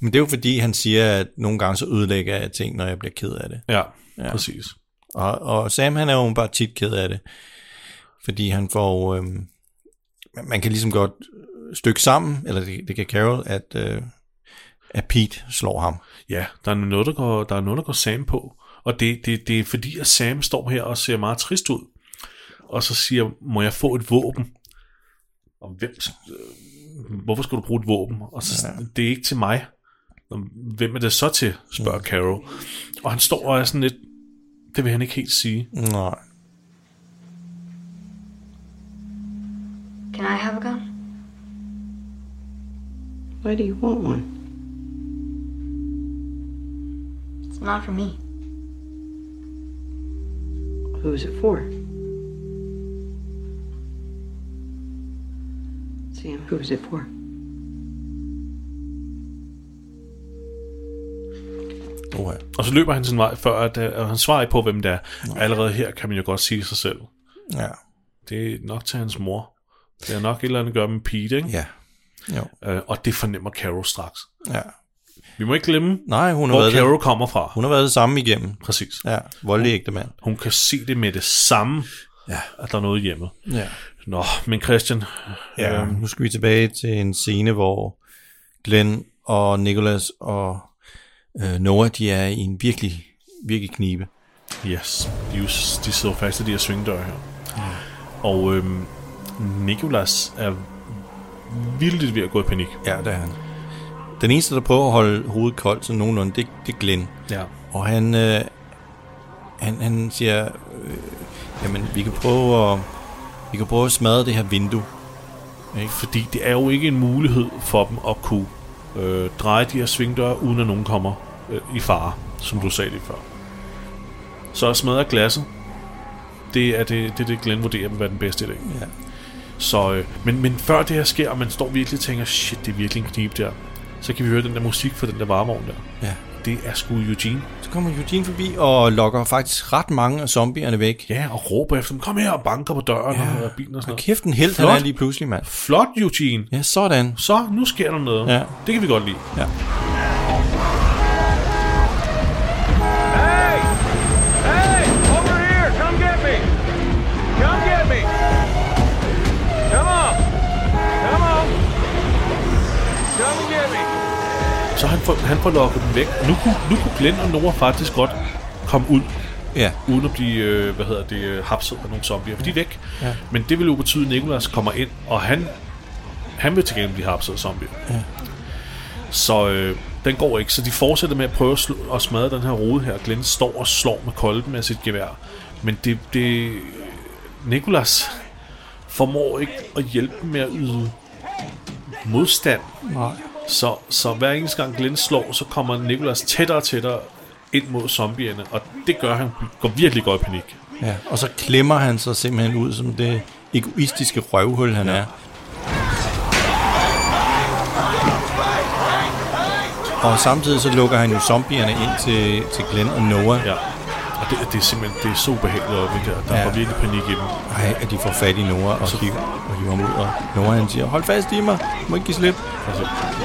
Men det er jo fordi, han siger, at nogle gange så ødelægger jeg ting, når jeg bliver ked af det.
Ja, præcis.
Og, og Sam, han er jo bare tit ked af det, fordi han får... Øhm, man- man kan ligesom godt øh, stykke sammen, eller det, det kan Carol, at, øh, at Pete slår ham.
Ja, der er noget, der går, der er noget, der går Sam på. Og det, det, det er fordi, at Sam står her og ser meget trist ud. Og så siger, må jeg få et våben? Og hvem, øh, hvorfor skulle du bruge et våben? Og så, ja. det er ikke til mig. "Nå, Hvem er det så til, spørger Carol. Og han står og er sådan lidt, det vil han ikke helt sige.
Nej.
Can I have a gun?
Why do you want one?
It's not for me.
Who is it for? Sam, who is it for?
Okay.
Og så løber han sin vej, før at, øh, og han svarer ikke på, hvem det er. Allerede her kan man jo godt sige sig selv.
Ja.
Det er nok til hans mor. Det er nok et eller andet at gøre med Pete, ikke?
Ja.
Jo. Øh, og det fornemmer Carol straks.
Ja.
Vi må ikke glemme,
Nej, hun har
hvor
været
Carol
det.
kommer fra.
Hun har været det samme igennem.
Præcis.
Ja, voldelig ægte mand.
Hun kan se det med det samme,
Ja.
at der er noget hjemme.
Ja.
Nå, men Christian,
Ja,
øhm,
nu skal vi tilbage til en scene, hvor Glenn og Nicholas og øh, Noah, de er i en virkelig, virkelig knibe.
Yes, de, er jo, de sidder jo fast i de her svingdøre her. Og øhm, Nikolas er vildt ved at gå i panik.
Ja, det er han. Den eneste, der prøver at holde hovedet koldt sådan nogenlunde, det, det er Glenn.
Ja.
Og han, øh, han, han siger, øh, jamen vi kan prøve at, vi kan prøve at smadre det her vindue. Ikke?
Fordi det er jo ikke en mulighed for dem at kunne øh, dreje de her svingdøre, uden at nogen kommer øh, i fare, som du sagde lige før. Så at smadre glasset, det er det, det, er det Glenn vurderer vil være den bedste idé.
Ja.
Så, øh, men, men før det her sker, og man står virkelig og tænker, shit, det er virkelig en knib der, så kan vi høre den der musik fra den der varevogn der.
Ja.
Det er sgu Eugene.
Så kommer Eugene forbi og lokker faktisk ret mange af zombierne væk.
Ja, og råber efter dem, kom her og banker på døren ja. og bilen og sådan
Og
noget.
kæft, en helt han
Flot.
er lige pludselig, mand.
Flot, Eugene.
Ja, sådan.
Så, nu sker der noget.
Ja.
Det kan vi godt lide.
Ja.
Hey! Over here! Come get me! Come get me! Come on! Come on! Come and get me!
Så han får, han får lukket dem væk. Nu kunne, nu kunne Glenn og Nora faktisk godt komme ud.
Ja.
Uden at blive, øh, hvad hedder det, øh, hapset af nogle zombier. For de er væk.
Ja.
Men det vil jo betyde, at Nikolas kommer ind, og han, han vil til gengæld blive hapset af zombier.
Ja.
Så øh, den går ikke. Så de fortsætter med at prøve at, slå, at smadre den her rode her. Glenn står og slår med kolben med sit gevær. Men det, det Nikolas formår ikke at hjælpe dem med at yde modstand. Nej. Så, så hver eneste gang Glenn slår, så kommer Nikolas tættere og tættere ind mod zombierne, og det gør han går virkelig godt i panik.
Ja, og så klemmer han sig simpelthen ud som det egoistiske røvhul, han ja. er. Og samtidig så lukker han jo zombierne ind til, til Glenn og Noah.
Ja. Og det, det er simpelthen det er så ubehageligt op, der. Der ja. var virkelig panik i dem.
Ej, at de får fat i Noah og, så... hiver, og hiver ham ud. Og Noah han siger, hold fast i mig, du må ikke give slip. Altså,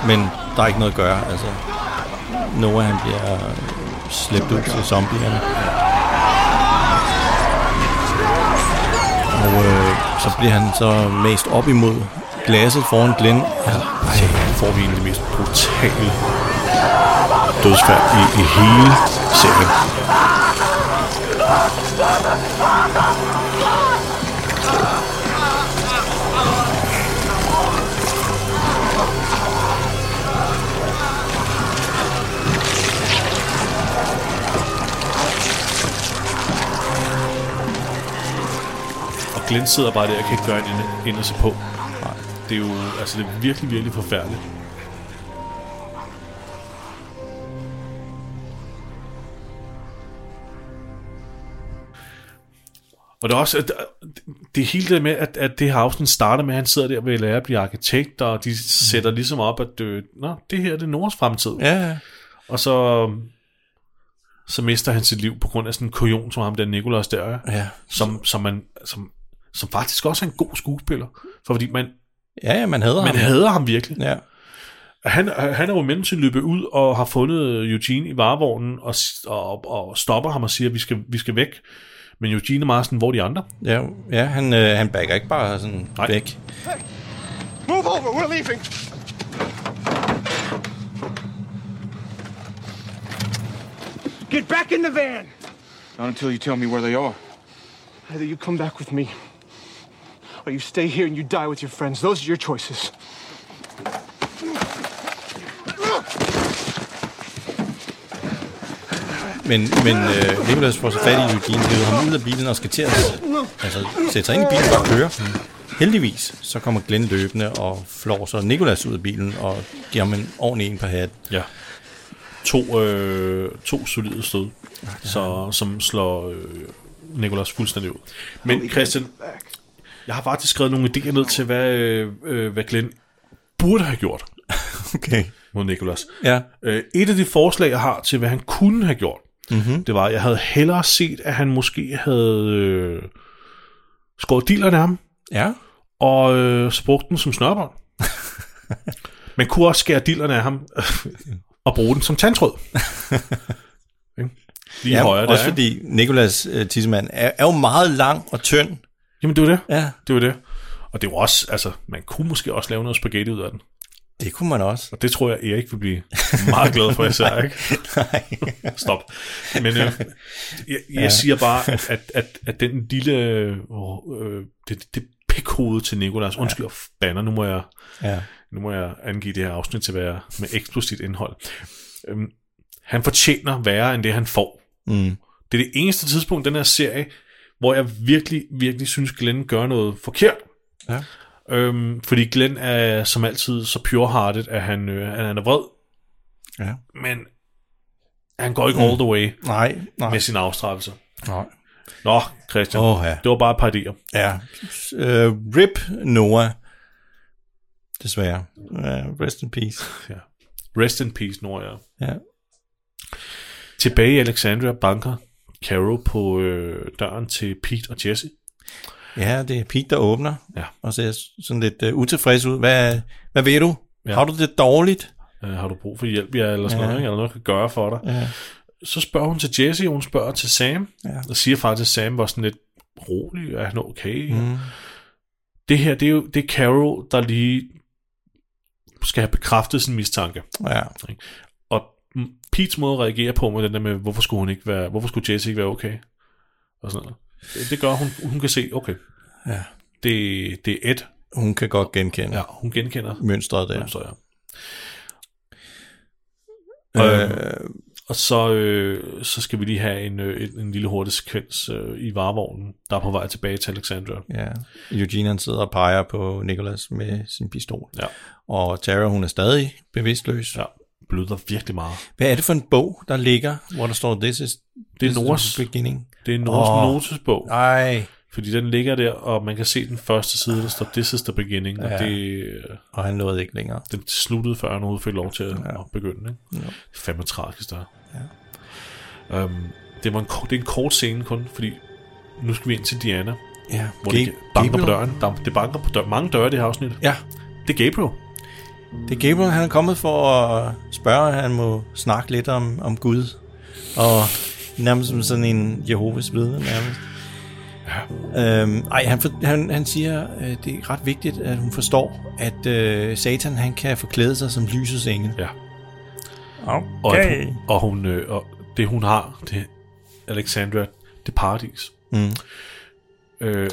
men der er ikke noget at gøre. Altså, Noah han bliver øh, slæbt ud til zombierne. Og øh, så bliver han så mest op imod glasset foran Glenn. Altså, Ja,
ej, får vi en af de mest brutale dødsfald i, i hele serien. Og Glenn sidder bare der og kan ikke gøre en ende- endelse på. Det er jo altså det er virkelig, virkelig forfærdeligt. Og det er også, at det er hele det med, at, at det her afsnit starter med, at han sidder der og vil lære at blive arkitekt, og de sætter ligesom op, at øh, nå, det her det er Nords fremtid.
Ja, ja.
Og så, så mister han sit liv på grund af sådan en kujon som ham der Nikolas der, er,
Ja.
som, som, man, som, som faktisk også er en god skuespiller. For fordi man,
Ja, ja, man hader
man
ham.
hader ham virkelig.
Ja.
Han, han er jo imellem til løbe ud og har fundet Eugene i varevognen og, og, og stopper ham og siger, at vi skal, vi skal væk. Men Eugene er meget sådan, hvor er de andre?
Ja, ja han, øh, han backer ikke bare sådan Nej. væk.
Move over, we're leaving. Get back in the van.
Not until you tell me where they are.
Either you come back with me, or you stay here and you die with your friends. Those are your choices.
Men, men øh, Nicholas får så fat i Eugene, hiver ham ud af bilen og skal til at altså, sætte sig ind i bilen og køre. Heldigvis så kommer Glenn løbende og flår så Nikolas ud af bilen og giver ham en ordentlig en på hat.
Ja. To, øh, to solide stød, så, som slår øh, Nikolas fuldstændig ud. Men Christian, jeg har faktisk skrevet nogle idéer ned til, hvad, øh, øh, hvad Glenn burde have gjort
Okay.
mod Nikolas.
Ja.
Øh, et af de forslag, jeg har til, hvad han kunne have gjort,
Mhm.
det var, at jeg havde hellere set, at han måske havde øh, skåret dealerne af ham,
Ja.
og øh, så brugte den som
[LAUGHS]
snørbånd. Man kunne også skære dillerne af ham og bruge den som
[LAUGHS]
tandtråd. Ikke? Lige
ja,
højere der,
også
ikke?
fordi Nikolas øh, tissemand er, er jo meget lang og tynd.
Jamen, det var det.
Ja.
Det var det. Og det var også, altså, man kunne måske også lave noget spaghetti ud af den.
Det kunne man også.
Og det tror jeg, Erik vil blive meget glad for, især,
[LAUGHS] Nej,
ikke?
[LAUGHS] nej.
[LAUGHS] Stop. Men øh, jeg, jeg
Ja.
ja. siger bare, at, at, at, at den lille... Øh, det, det pikhoved til Nikolas. Undskyld, ja. banner, nu må jeg...
Ja.
Nu må jeg angive det her afsnit til at være med eksplicit indhold. Øhm, han fortjener værre end det, han får.
Mm.
Det er det eneste tidspunkt i den her serie, hvor jeg virkelig, virkelig synes, Glenn gør noget forkert.
Ja.
Øhm, fordi Glenn er som altid så purehearted, at han, øh, at han er vred.
Ja.
Men han går ikke all the way
Nej, nej.
med sin afstraffelse.
nej.
Nå, Christian,
Åh, ja.
det var bare et par idéer.
Ja. Øh, rip Noah. Desværre. Uh, rest in peace.
Ja. Rest in peace, når jeg.
Ja.
Tilbage i Alexandria banker Caro på øh, døren til Pete og Jesse.
Ja, det er Pete, der åbner,
Ja.
og ser sådan lidt uh, utilfreds ud. Hvad, hvad ved du? Ja.
Ja.
Har du det dårligt?
Øh, har du brug for hjælp, ja, eller sådan
Ja.
ja. noget, ikke? eller noget, jeg kan gøre for dig.
Ja.
Så spørger hun til Jesse, hun spørger til Sam,
Ja.
og siger faktisk, at Sam var sådan lidt rolig, er han okay?
Mm.
Det her, det er jo det er Carol, der lige skal have bekræftet sin mistanke.
ja.
Ikke? Og mm, Pete's måde at reagere på med den der med, hvorfor skulle, hun ikke være, hvorfor skulle Jesse ikke være okay? Og sådan noget. Det, det gør hun, hun kan se, okay,
Ja.
det, det er et,
Hun kan godt genkende ja.
ja, hun genkender,
mønstret der.
så jeg.
Øh,
Øh, Og så, øh, så skal vi lige have en, øh, en, en lille hurtig sekvens øh, i varevognen, der er på vej tilbage til Alexandra.
Ja, Eugene han sidder og peger på Nicholas med sin pistol.
Ja.
Og Tara hun er stadig bevidstløs.
Ja, bløder virkelig meget.
Hvad er det for en bog, der ligger, hvor der står, this is,
Det
this
er
is
Noras,
the beginning?
det er Noras
Åh,
oh, notesbog.
Nej,
Fordi den ligger der, og man kan se den første side, der står This is the beginning, ja. og
Ja.
det, øh,
og han nåede ikke længere.
den sluttede, før han overhovedet fik lov til at, ja. at begynde. Ikke?
Ja.
Det er fandme tragisk, der ja. um, det, var en, kort- det er en kort scene kun, fordi nu skal vi ind til Diana,
Ja.
hvor det
Ga-
banker på
Gabriel?
døren. Der, det banker på dør, mange døre i det her afsnit.
Ja.
Det er Gabriel.
Det er Gabriel, han er kommet for at spørge, at han må snakke lidt om, om Gud. Og nærmest som sådan en Jehovas vidne, nærmest. Øhm, ej, han, for, han, han siger, øh, det er ret vigtigt, at hun forstår, at øh, Satan han kan forklæde sig som lysets engel.
Ja. Og, at
Okay.
hun, og, hun, øh, og det hun har, det Alexandra, det er paradis.
Mm.
Øh,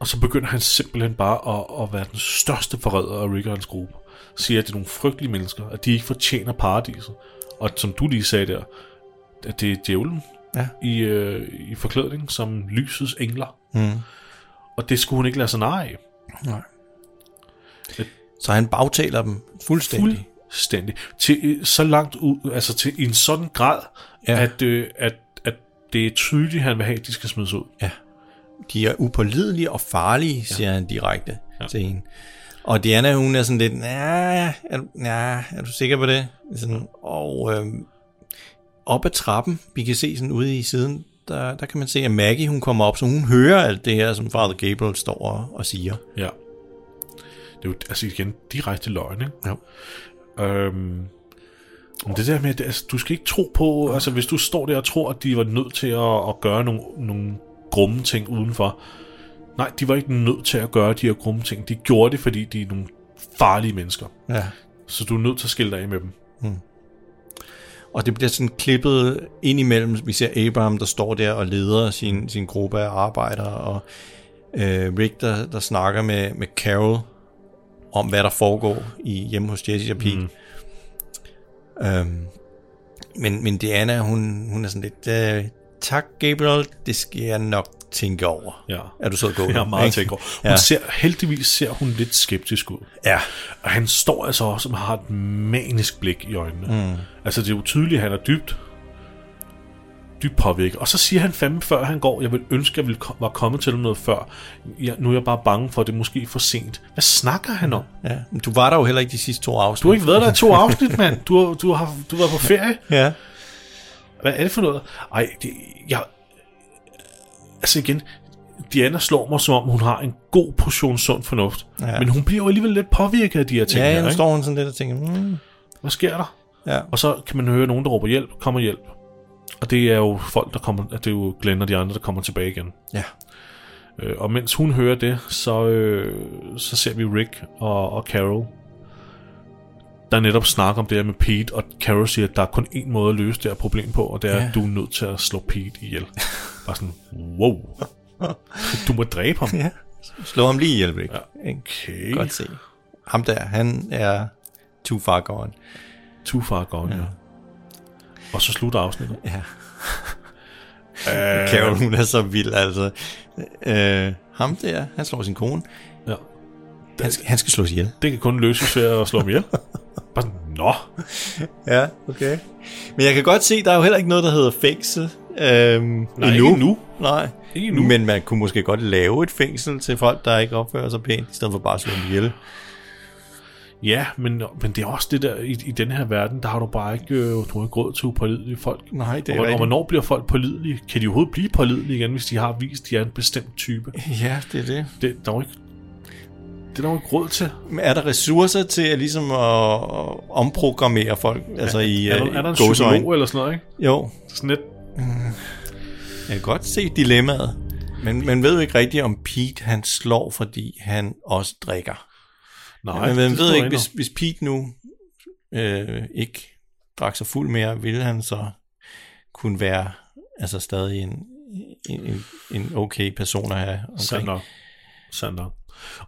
og så begynder han simpelthen bare at, at være den største forræder af Rick og hans gruppe. Siger, at det er nogle frygtelige mennesker, at de ikke fortjener paradiset. Og at, som du lige sagde der, at det er djævlen
Ja.
i, øh, i forklædning som lysets engler.
Mm.
Og det skulle hun ikke lade sig narre af.
Nej. Så han bagtaler dem fuldstændig. Fuld.
Fuldstændig. Til, øh, så langt ud, altså til i en sådan grad,
Ja.
ja. at, øh, at, at det er tydeligt, at han vil have, at de skal smides ud.
Ja. De er upålidelige og farlige, siger han direkte ja. til hende. Og Diana, hun er sådan lidt, nej, er, du- nej, er du sikker på det? Sådan, og øh, op ad trappen, vi kan se sådan ude i siden, der, der kan man se, at Maggie, hun kommer op, så hun hører alt det her, som Father Gabriel står og, og siger.
Ja. Det er jo altså igen direkte løgn, ikke?
Ja.
Øhm, men det der med, at det- altså, du skal ikke tro på, altså hvis du står der og tror, at de var nødt til at, at gøre nogle, nogle grumme ting udenfor. Nej, de var ikke nødt til at gøre de her grumme ting. De gjorde det, fordi de er nogle farlige mennesker.
Ja.
Så du er nødt til at skille dig af med dem.
Og det bliver sådan klippet ind imellem. Vi ser Abraham, der står der og leder sin, sin gruppe af arbejdere, og øh, Rick, der, der snakker med, med Carol om, hvad der foregår i, hjemme hos Jesse og Pete. Mm. Øhm, men, men Diana, hun, hun er sådan lidt, øh, tak Gabriel, det skal jeg nok tænke over.
Ja.
Er du så god?
Jeg er meget tænker. Hun
Ja.
ja. ser, heldigvis ser hun lidt skeptisk ud.
Ja.
Og han står altså også og har et manisk blik i øjnene. Mm. Altså det er jo tydeligt, at han er dybt dybt påvirket. Og så siger han fandme, før han går, jeg vil ønske, jeg ville ko- var kommet til noget før. Jeg, nu er jeg bare bange for, at det er måske for sent. Hvad snakker han om?
Ja, men du var der jo heller ikke de sidste to afsnit.
Du har ikke været der i to afsnit, mand. Du har, du har, du har været på ferie.
[LAUGHS] Ja.
Hvad er det for noget? Ej, det, jeg... Altså igen, Diana slår mig, som om hun har en god portion sund fornuft.
Ja.
Ja. Men hun bliver jo alligevel lidt påvirket af de her ting.
Ja,
her,
nu
ikke?
står hun sådan lidt og tænker, mm,
Hvad sker der?
Ja.
Og så kan man høre nogen, der råber hjælp. Kommer hjælp. Og det er jo folk, der kommer... Det er jo Glenn og de andre, der kommer tilbage igen.
ja.
Øh, og mens hun hører det, så, øh, så ser vi Rick og, og Carol, der netop snakker om det her med Pete, og Carol siger, at der er kun én måde at løse det her problem på, og det er,
Ja.
at du er nødt til at slå Pete ihjel. Bare sådan, wow. Du må dræbe ham.
Ja. Slå ham lige ihjel, ikke? Ja.
Okay.
Godt se. Ham der, han er too far gone.
Too far gone, ja. ja. Og så slutter afsnittet.
Ja.
Øh,
Carol, hun er så vild, altså. Øh, ham der, han slår sin kone.
Ja.
Han skal, han skal slås ihjel.
Det kan kun løses ved at slå ham ihjel. Bare sådan, nå.
Ja, okay. Men jeg kan godt se, der er jo heller ikke noget, der hedder fængsel. Øhm,
Nej,
endnu.
ikke endnu.
Nej.
Ikke endnu.
Men man kunne måske godt lave et fængsel til folk, der ikke opfører sig pænt, i stedet for bare at slå dem ihjel.
Ja, men, men det er også det der, i, i den her verden, der har du bare ikke, øh, du har ikke råd til upålidelige folk.
Nej, det er
og, hvor-
rigtigt.
og hvornår bliver folk pålidelige? Kan de overhovedet blive pålidelige igen, hvis de har vist, at de er en bestemt type?
Ja, det er det.
Det, der er jo ikke, det er der jo ikke råd til.
Men Er der ressourcer til at, ligesom at, at omprogrammere folk? Altså i,
er,
øh,
der, er der en
gåseøjne?
psykolog eller sådan noget, ikke?
Jo,
Sådan lidt,
jeg kan godt se dilemmaet. Men man ved jo ikke rigtigt, om Pete han slår, fordi han også drikker.
nej.
Men man
det
ved
står
ikke,
der
hvis, hvis Pete nu øh, ikke drak sig fuld mere, ville han så kunne være altså stadig en, en, en- en okay person at have
Sandt
omkring.
nok. Sandt nok.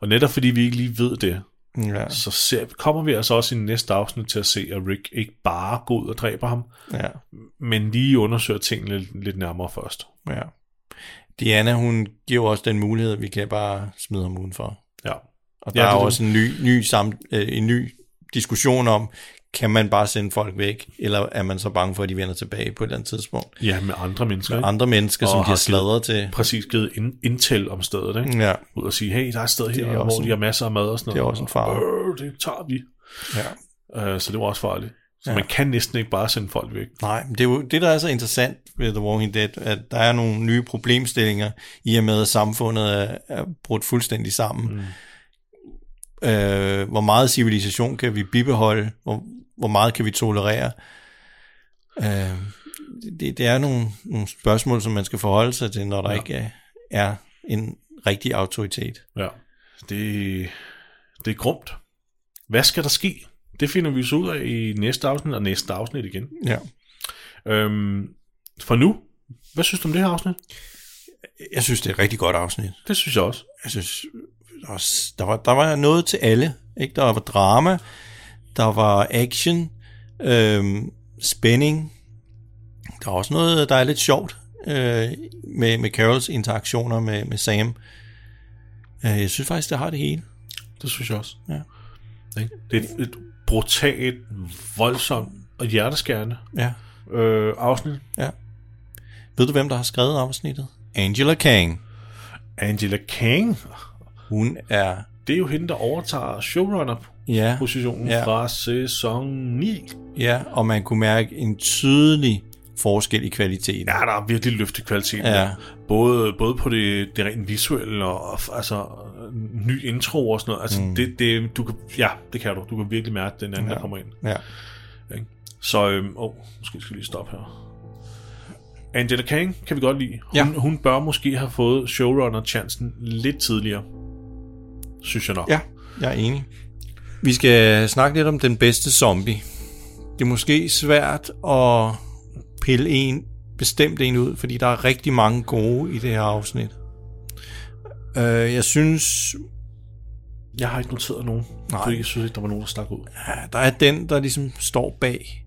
Og netop fordi vi ikke lige ved det, Ja. Så ser, kommer vi altså også i næste afsnit til at se, at Rick ikke bare går ud og dræber ham,
ja.
men lige undersøger tingene lidt, lidt nærmere først.
Ja. Diana, hun giver også den mulighed, at vi kan bare smide ham udenfor.
Ja.
Og der
Ja,
ja, er
det er
også en ny, ny, sam, øh, en ny diskussion om, kan man bare sende folk væk, eller er man så bange for, at de vender tilbage på et eller andet tidspunkt?
Ja, med andre mennesker.
Med
ikke?
andre mennesker, som de har
givet-
sladret til.
Præcis, givet in, intel om stedet. Ikke?
Ja.
Ud og sige, hey, der er et sted
Det er
her,
også
hvor de
en-
har masser af mad og sådan
det er
noget.
også en fare.
Øh, det tager vi.
Ja.
Øh, så det var også farligt. Så
Ja.
ja. man kan næsten ikke bare sende folk væk.
Nej, men det, er jo, det der er så interessant ved The Walking Dead, at der er nogle nye problemstillinger, i og med at samfundet er, er brudt fuldstændig sammen. Mm. Øh, hvor meget civilisation kan vi bibeholde? Hvor, hvor meget kan vi tolerere? Øh, det, det er nogle, nogle spørgsmål, som man skal forholde sig til, når der ja.
Ja.
ikke er, er en rigtig autoritet.
Ja, det, det er grumt. Hvad skal der ske? Det finder vi så ud af i næste afsnit og næste afsnit igen.
Ja.
Øhm, for nu, hvad synes du om det her afsnit?
Jeg synes, det er et rigtig godt afsnit.
Det synes jeg også.
jeg synes, Altså, der var, der var, der var noget til alle. Ikke? Der var drama, der var action, øhm, spænding. Der er også noget, der er lidt sjovt øh, med, med Carols interaktioner med, med Sam. Øh, jeg synes faktisk, det har det hele.
Det synes jeg også.
Ja.
Ikke? Det er et, et brutalt, voldsomt og hjerteskærende
Ja.
øh, afsnit.
Ja. Ved du, hvem der har skrevet afsnittet? Angela Kang.
Angela Kang,
Hun er...
det er jo hende, der overtager
Ja.
showrunner-positionen
Ja.
ja. fra sæson 9.
Ja, og man kunne mærke en tydelig forskel i kvaliteten.
Ja, der er virkelig løftet kvaliteten.
Ja.
der. Både, både på det, det rent visuelle og, og f- altså, ny intro og sådan noget. Altså,
Mm.
mm. det, det, du kan, ja, det kan du. Du kan virkelig mærke den anden,
Ja.
der kommer ind.
Ja.
Ikke? Så, øhm, åh, måske skal vi lige stoppe her. Angela Kang kan vi godt lide. Hun,
Ja.
hun bør måske have fået showrunner-chancen lidt tidligere. Synes jeg nok.
Ja, jeg er enig. Vi skal snakke lidt om den bedste zombie. Det er måske svært at pille en bestemt en ud, fordi der er rigtig mange gode i det her afsnit. Øh, jeg synes,
Jeg har ikke noteret nogen.
Nej.
Fordi jeg synes ikke, der var nogen, der stak ud.
ja, der er den, der ligesom står bag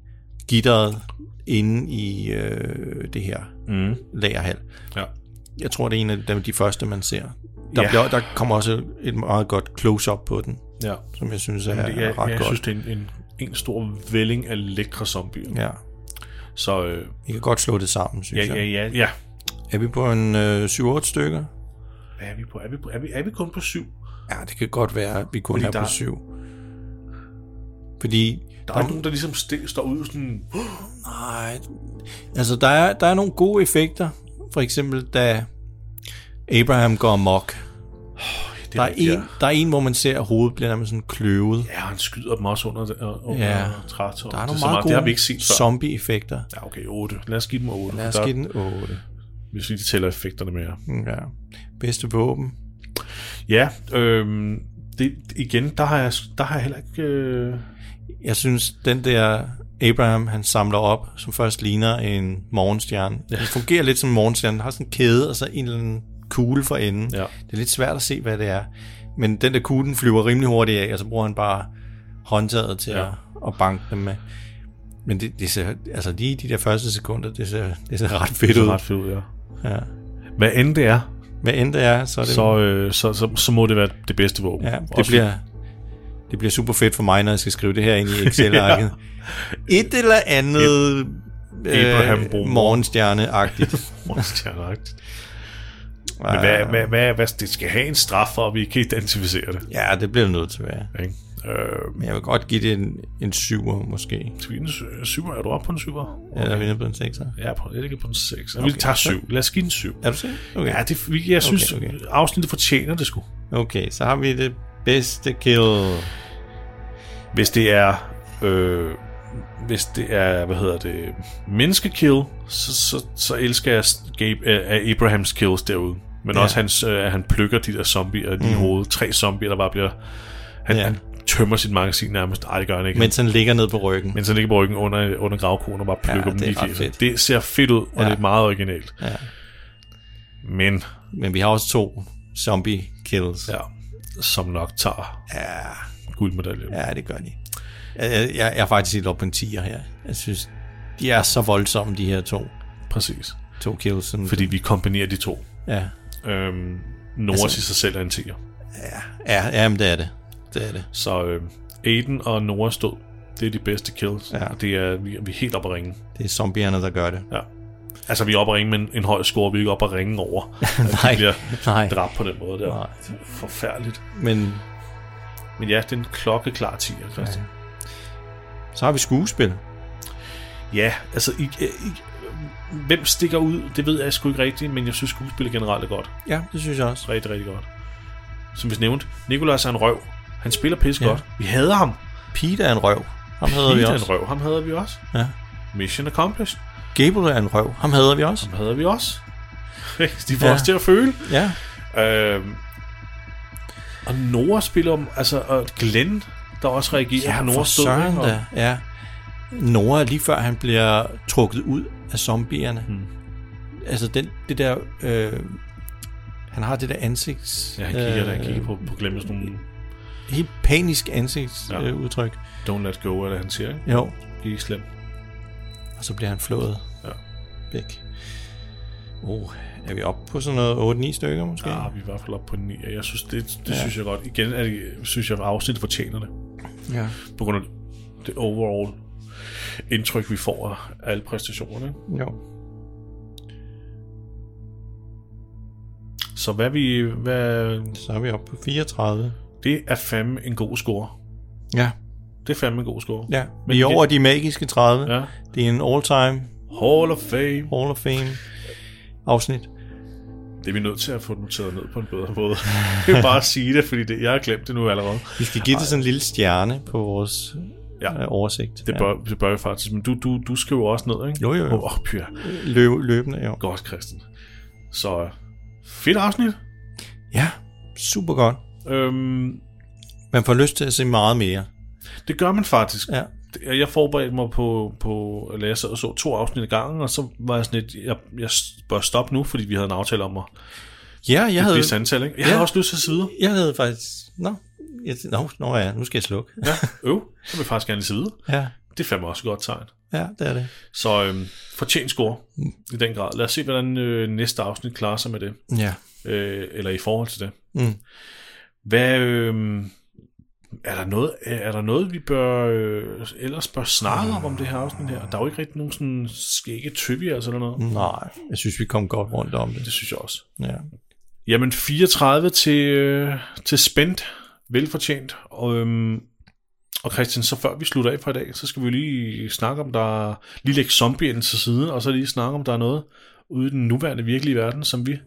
gitteret inde i øh, det her
Mm.
lagerhal.
Ja.
Jeg tror, det er en af dem, de første, man ser. Der,
Ja.
ja. bliver, der kommer også et meget godt close-up på den,
Ja.
som jeg synes er,
Jamen, det, jeg,
ret
jeg
godt.
synes, det er en, en, en stor vælling af lækre zombier.
Ja,
Så øh,
I kan godt slå det sammen,
ja,
synes jeg.
ja, ja, ja.
Er vi på en øh, 7-8 stykker?
Hvad er vi på? Er vi, på? Er vi, er vi kun på syv?
Ja, det kan godt være, at vi kun
Fordi
er
der-
på 7. Fordi...
Der er ikke nogen, der ligesom st- står ud sådan...
Nej. Altså, der er, der er nogle gode effekter. For eksempel, da Abraham går amok.
Det
Der er,
rigtigt,
en, der er en, hvor man ser, at hovedet bliver nærmest sådan kløvet.
Ja, han skyder dem også under, under,
Ja.
under trætår.
Der er
Det
nogle
så
meget
Det har vi
gode
ikke set før.
zombie-effekter.
Ja, okay, 8. Lad os give dem 8.
Lad os give den 8.
Hvis vi lige tæller effekterne med jer.
Ja. Bedste våben.
Ja, øhm, det, igen, der har, jeg, der har jeg heller ikke... Øh,
Jeg synes, den der Abraham, han samler op, som først ligner en morgenstjerne. Ja. Den fungerer lidt som en morgenstjerne. Den har sådan en kæde og så en eller anden kugle for enden.
Ja.
Det er lidt svært at se, hvad det er. Men den der kugle, den flyver rimelig hurtigt af, og så bruger han bare håndtaget til ja.
Ja.
at, at banke dem med. Men det, det ser, altså lige de der første sekunder, det ser, det ser ret fedt
det
ud.
er ret fedt ud, ja.
Ja.
Hvad end det er,
Hvad end det er, så er det...
så, øh, så, så, så må det være det bedste våben.
ja, det
Også-
bliver... Det bliver super fedt for mig, når jeg skal skrive det her ind i
[LAUGHS]
Excel-arket. Et eller andet øh,
Abraham Bromo. [LAUGHS]
morgenstjerne-agtigt.
Monsterjagt. Men hvad, hvad, hvad, hvad, det skal have en straf for, at vi kan identificere det.
Ja, det bliver det nødt til at være.
Ikke? Øh,
Men jeg vil godt give det en, en 7'er måske.
skal vi en sy- syver? Er du oppe på en syver?
Okay. Eller vinder på en 6'er.
Ja, på, jeg ligger på en 6. Okay. Vi
Okay.
tager 7. Lad os give den 7.
Er du sikker? Okay.
Ja, det, vi- jeg synes,
Okay,
okay,
okay.
okay. afsnittet fortjener det sgu.
okay, så har vi det bedste kill.
Hvis det er... Øh, hvis det er, hvad hedder det, menneskekill, så, så, så elsker jeg Gabe, øh, Abrahams kills derude. Men
Ja.
ja. også, hans, øh, at han plukker de der zombier lige i
Mm.
hovedet. Tre zombier, der bare bliver... Han,
Ja.
ja. han tømmer sit magasin nærmest. Ej, det gør han ikke.
Mens han ligger ned på ryggen.
Men så ligger på ryggen under, under gravkonen og bare
Ja,
plukker ja, dem
det er
lige i
ret
fjeset.
fedt.
Det ser fedt ud, og
Ja.
ja. det er meget originalt.
Ja.
Men,
Men vi har også to zombie kills.
ja. som nok tager
ja.
guldmedaljen.
Ja, det gør de. Jeg, jeg, jeg er faktisk helt op på en 10'er her. Jeg synes, de er så voldsomme, de her to.
Præcis.
To kills. Sådan.
Fordi vi kombinerer de to.
Ja.
Øhm, Norris altså, i sig selv er en 10'er.
Ja, ja men det er det. Det er det.
Så øh, Aiden og Nora stod. Det er de bedste kills.
Ja.
Det er, vi, vi er helt oppe at ringe.
Det er zombierne, der gør det.
Ja. Altså, vi er oppe at ringe med en, en høj score. Vi er ikke oppe at ringe
[LAUGHS]
over, at
Nej,
de bliver
nej.
dræbt på den måde der.
Nej.
Forfærdeligt.
Men
Men ja, det er en klokkeklar 10'er, Christian.
så har vi skuespil.
Ja, ja altså, I, I, hvem stikker ud, det ved jeg sgu ikke rigtigt, men jeg synes, skuespillet generelt er godt.
Ja, det synes jeg også.
Rigtig, rigtig godt. Som vi nævnte, Nikolaj er en røv. Han spiller pis godt. Vi hader ham.
Peter er en røv. Ham hader vi
Peter er
også.
en røv. Ham hader vi også.
Ja.
Mission accomplished.
Gable er en røv. Ham hader vi også.
Ham hader vi
[LAUGHS]
også. De får
Ja.
ja. os til at føle.
Ja.
Øhm, og Nora spiller om, altså, og Glenn, der også reagerer på
for
Noras død.
søren
ikke? Og-
da. Ja. Nora, lige før han bliver trukket ud af zombierne.
Hmm.
Altså den, det der... Øh, han har det der ansigts...
Ja, han kigger, øh, han
øh,
kigger på, på Glenn med sådan nogle
Helt panisk ansigtsudtryk.
Ja.
Øh, udtryk.
don't let go, eller han siger, ikke?
jo,
Det er slemt.
og så bliver han flået
Ja.
væk. Oh, er vi oppe på sådan noget 8-9 stykker måske?
Ja, Ah, vi er i hvert fald oppe på 9, og jeg synes, det, det
Ja.
ja. synes jeg godt. Igen er det, synes jeg, at afsnittet fortjener det.
Ja.
På grund af det overall indtryk, vi får af alle præstationerne. ikke?
Jo.
Så hvad vi... Hvad,
Så er vi oppe på 34.
det er fandme en god score.
Ja.
Det er fandme en god score.
ja. Vi er over de magiske 30.
Ja.
Det er en all-time
Hall of Fame.
Hall of Fame afsnit.
Det er vi nødt til at få noteret ned på en bedre måde. [LAUGHS] Jeg vil bare sige det, fordi det, jeg har glemt det nu allerede.
Vi skal give det sådan en lille stjerne på vores
Ja.
ja. øh, oversigt.
Det bør, det bør vi faktisk. Men du, du, du skriver også ned, ikke?
Jo, jo, jo.
Åh, oh, pyha.
Løb, løbende, jo.
Godt, Christian. Så øh, fedt afsnit.
Ja, super godt.
Øhm,
Man får lyst til at se meget mere.
det gør man faktisk.
Ja.
Det- Jeg forberedte mig på, på eller jeg sad og så to afsnit ad gangen, og så var jeg sådan lidt, jeg, jeg bør stoppe nu, fordi vi havde en aftale om at
Ja, jeg
et
havde,
vist antal, ikke? Jeg
Ja.
havde også lyst til at sidde videre.
jeg havde faktisk... Nå, jeg, nå, nå ja, nu skal jeg slukke.
Ja, øv, så vil jeg faktisk gerne sidde videre.
Ja,
Det er fandme også et godt tegn.
ja det er det.
Så øhm, fortjent score i den grad. Lad os se, hvordan øh, næste afsnit klarer sig med det.
Ja.
Øh, eller i forhold til det.
Mm.
Hvad, øh, er, der noget, øh, er der noget, vi bør, øh, ellers bør snakke om, om det her afsnit her? Der er jo ikke rigtig nogen sådan skægge trivia eller sådan noget.
Nej, jeg synes, vi kom godt rundt om det.
Det synes jeg også.
Ja.
Jamen 34 til, øh, til spændt, velfortjent. Og, øhm, og Christian, så før vi slutter af for i dag, så skal vi lige snakke om, der lige lægge zombien til siden, og så lige snakke om, der er noget ude i den nuværende virkelige verden, som vi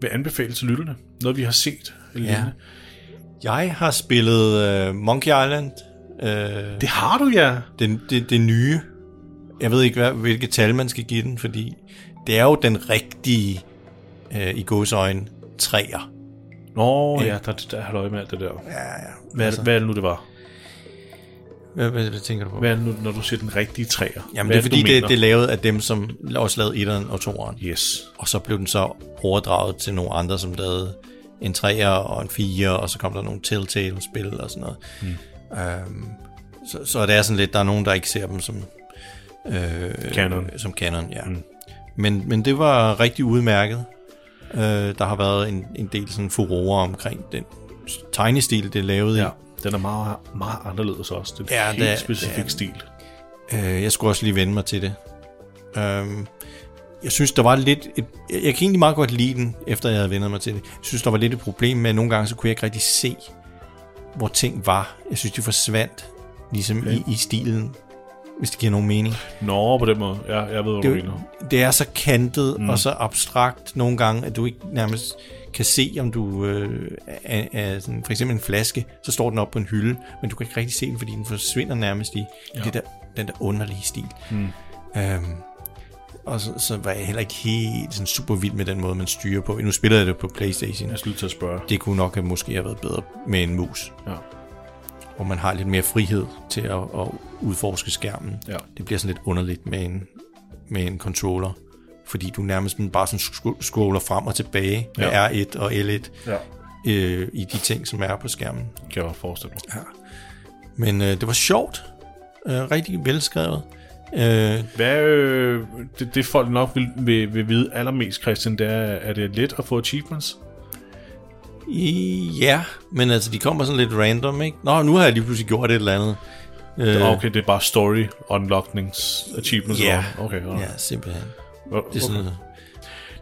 vil anbefale til lytterne. Noget, vi har set. Eller
Ja.
lignende.
Jeg har spillet uh, Monkey Island. Uh,
Det har du, ja.
det, det, det nye. Jeg ved ikke, hvad, hvilke tal man skal give den, fordi det er jo den rigtige, øh, i godsøjne, træer.
Nå,
Ja.
ja, der, der er halløj med alt det der.
Ja, ja.
Hvad, altså. hvad er det nu, det var?
Hvad, hvad, hvad tænker du på?
Hvad er det nu, når du siger den rigtige træer?
Jamen,
hvad
det er fordi,
du
det,
mener?
det er lavet af dem, som også lavede etteren og toeren.
Yes.
Og så blev den så overdraget til nogle andre, som lavede en 3'er og en 4'er, og så kom der nogle Telltale-spil og sådan noget. Mm. Øhm, så, så det er sådan lidt, der er nogen, der ikke ser dem som... Øh,
Canon.
Som canon, ja. Mm. Men, men det var rigtig udmærket. Øh, der har været en, en del sådan furore omkring den tegnestil, det er lavet
Ja,
i.
den er meget, meget anderledes også. Det er en
Ja,
ja, helt
det er-
specifik
det er-
stil.
Øh, jeg skulle også lige vende mig til det. Øhm, jeg synes, der var lidt... Et, jeg jeg kan egentlig meget godt lide den, efter jeg havde vendt mig til det. Jeg synes, der var lidt et problem med, at nogle gange så kunne jeg ikke rigtig se, hvor ting var. Jeg synes, de forsvandt ligesom i, i stilen, hvis det giver nogen mening.
Nå, på den måde. Ja, jeg ved, hvad du
Det, er
mener.
jo- det er så kantet mm. og så abstrakt nogle gange, at du ikke nærmest kan se, om du øh, er, er sådan, for eksempel en flaske, så står den op på en hylde, men du kan ikke rigtig se den, fordi den forsvinder nærmest i ja. det der, den der underlige stil. Mm. Øhm, og så, så var jeg heller ikke helt sådan super vild med den måde, man styrer på. Nu spiller jeg det på Playstation.
Jeg skulle lige til at spørge.
Det kunne nok have måske have været bedre med en mus,
Ja.
hvor man har lidt mere frihed til at, at udforske skærmen.
Ja.
Det bliver sådan lidt underligt med en, med en controller, fordi du nærmest sådan bare sådan scro- scroller frem og tilbage med
Ja.
R1 og L1.
Ja.
øh, i de ting, som er på skærmen.
Kan jeg godt forestille mig.
Ja. Men øh, det var sjovt. Øh, rigtig velskrevet.
Øh, Hvad, øh, det, det folk nok vil, vil, vil vide allermest, Christian, det er, er det let at få achievements?
I, ja, men altså, de kommer sådan lidt random, ikke? Nå, nu har jeg lige pludselig gjort et eller andet.
Øh, okay, det er bare story unlockings achievements.
Ja,
eller- okay,
ja,
okay.
simpelthen.
Okay.
Det er sådan,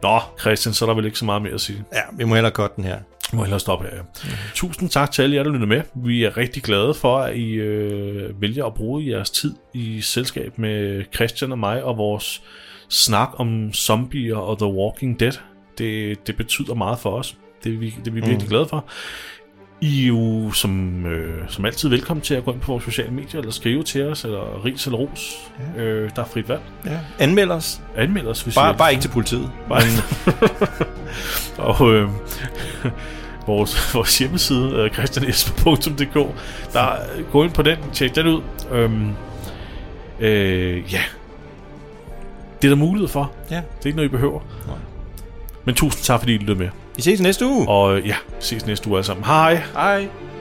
Nå, Christian, så er der vel ikke så meget mere at sige.
Ja, vi må hellere godt den her.
Vi må hellere stoppe her, ja. Tusind tak til alle jer, der lytter med. Vi er rigtig glade for, at I øh, vælger at bruge jeres tid i selskab med Christian og mig og vores snak om zombier og The Walking Dead. Det, det betyder meget for os. Det er vi, det er vi
Mm.
virkelig glade for. I er jo som, øh, som altid velkommen til at gå ind på vores sociale medier, eller skrive til os, eller ris eller ros. Ja. Øh, der er frit valg.
Ja. Anmeld os.
Anmeld os, hvis I
Bare,
er-
bare ikke til politiet.
Bare en... [LAUGHS] og øh, [LAUGHS] vores, vores hjemmeside, øh, christianesper.dk, der øh, gå ind på den, tjek den ud. Øhm, øh, ja, det er der mulighed for.
Ja.
Det er ikke noget, I behøver. Nej. Men tusind tak, fordi I lyttede med.
Vi ses næste uge.
Og øh, ja, ses næste uge alle sammen. Hej.
Hej.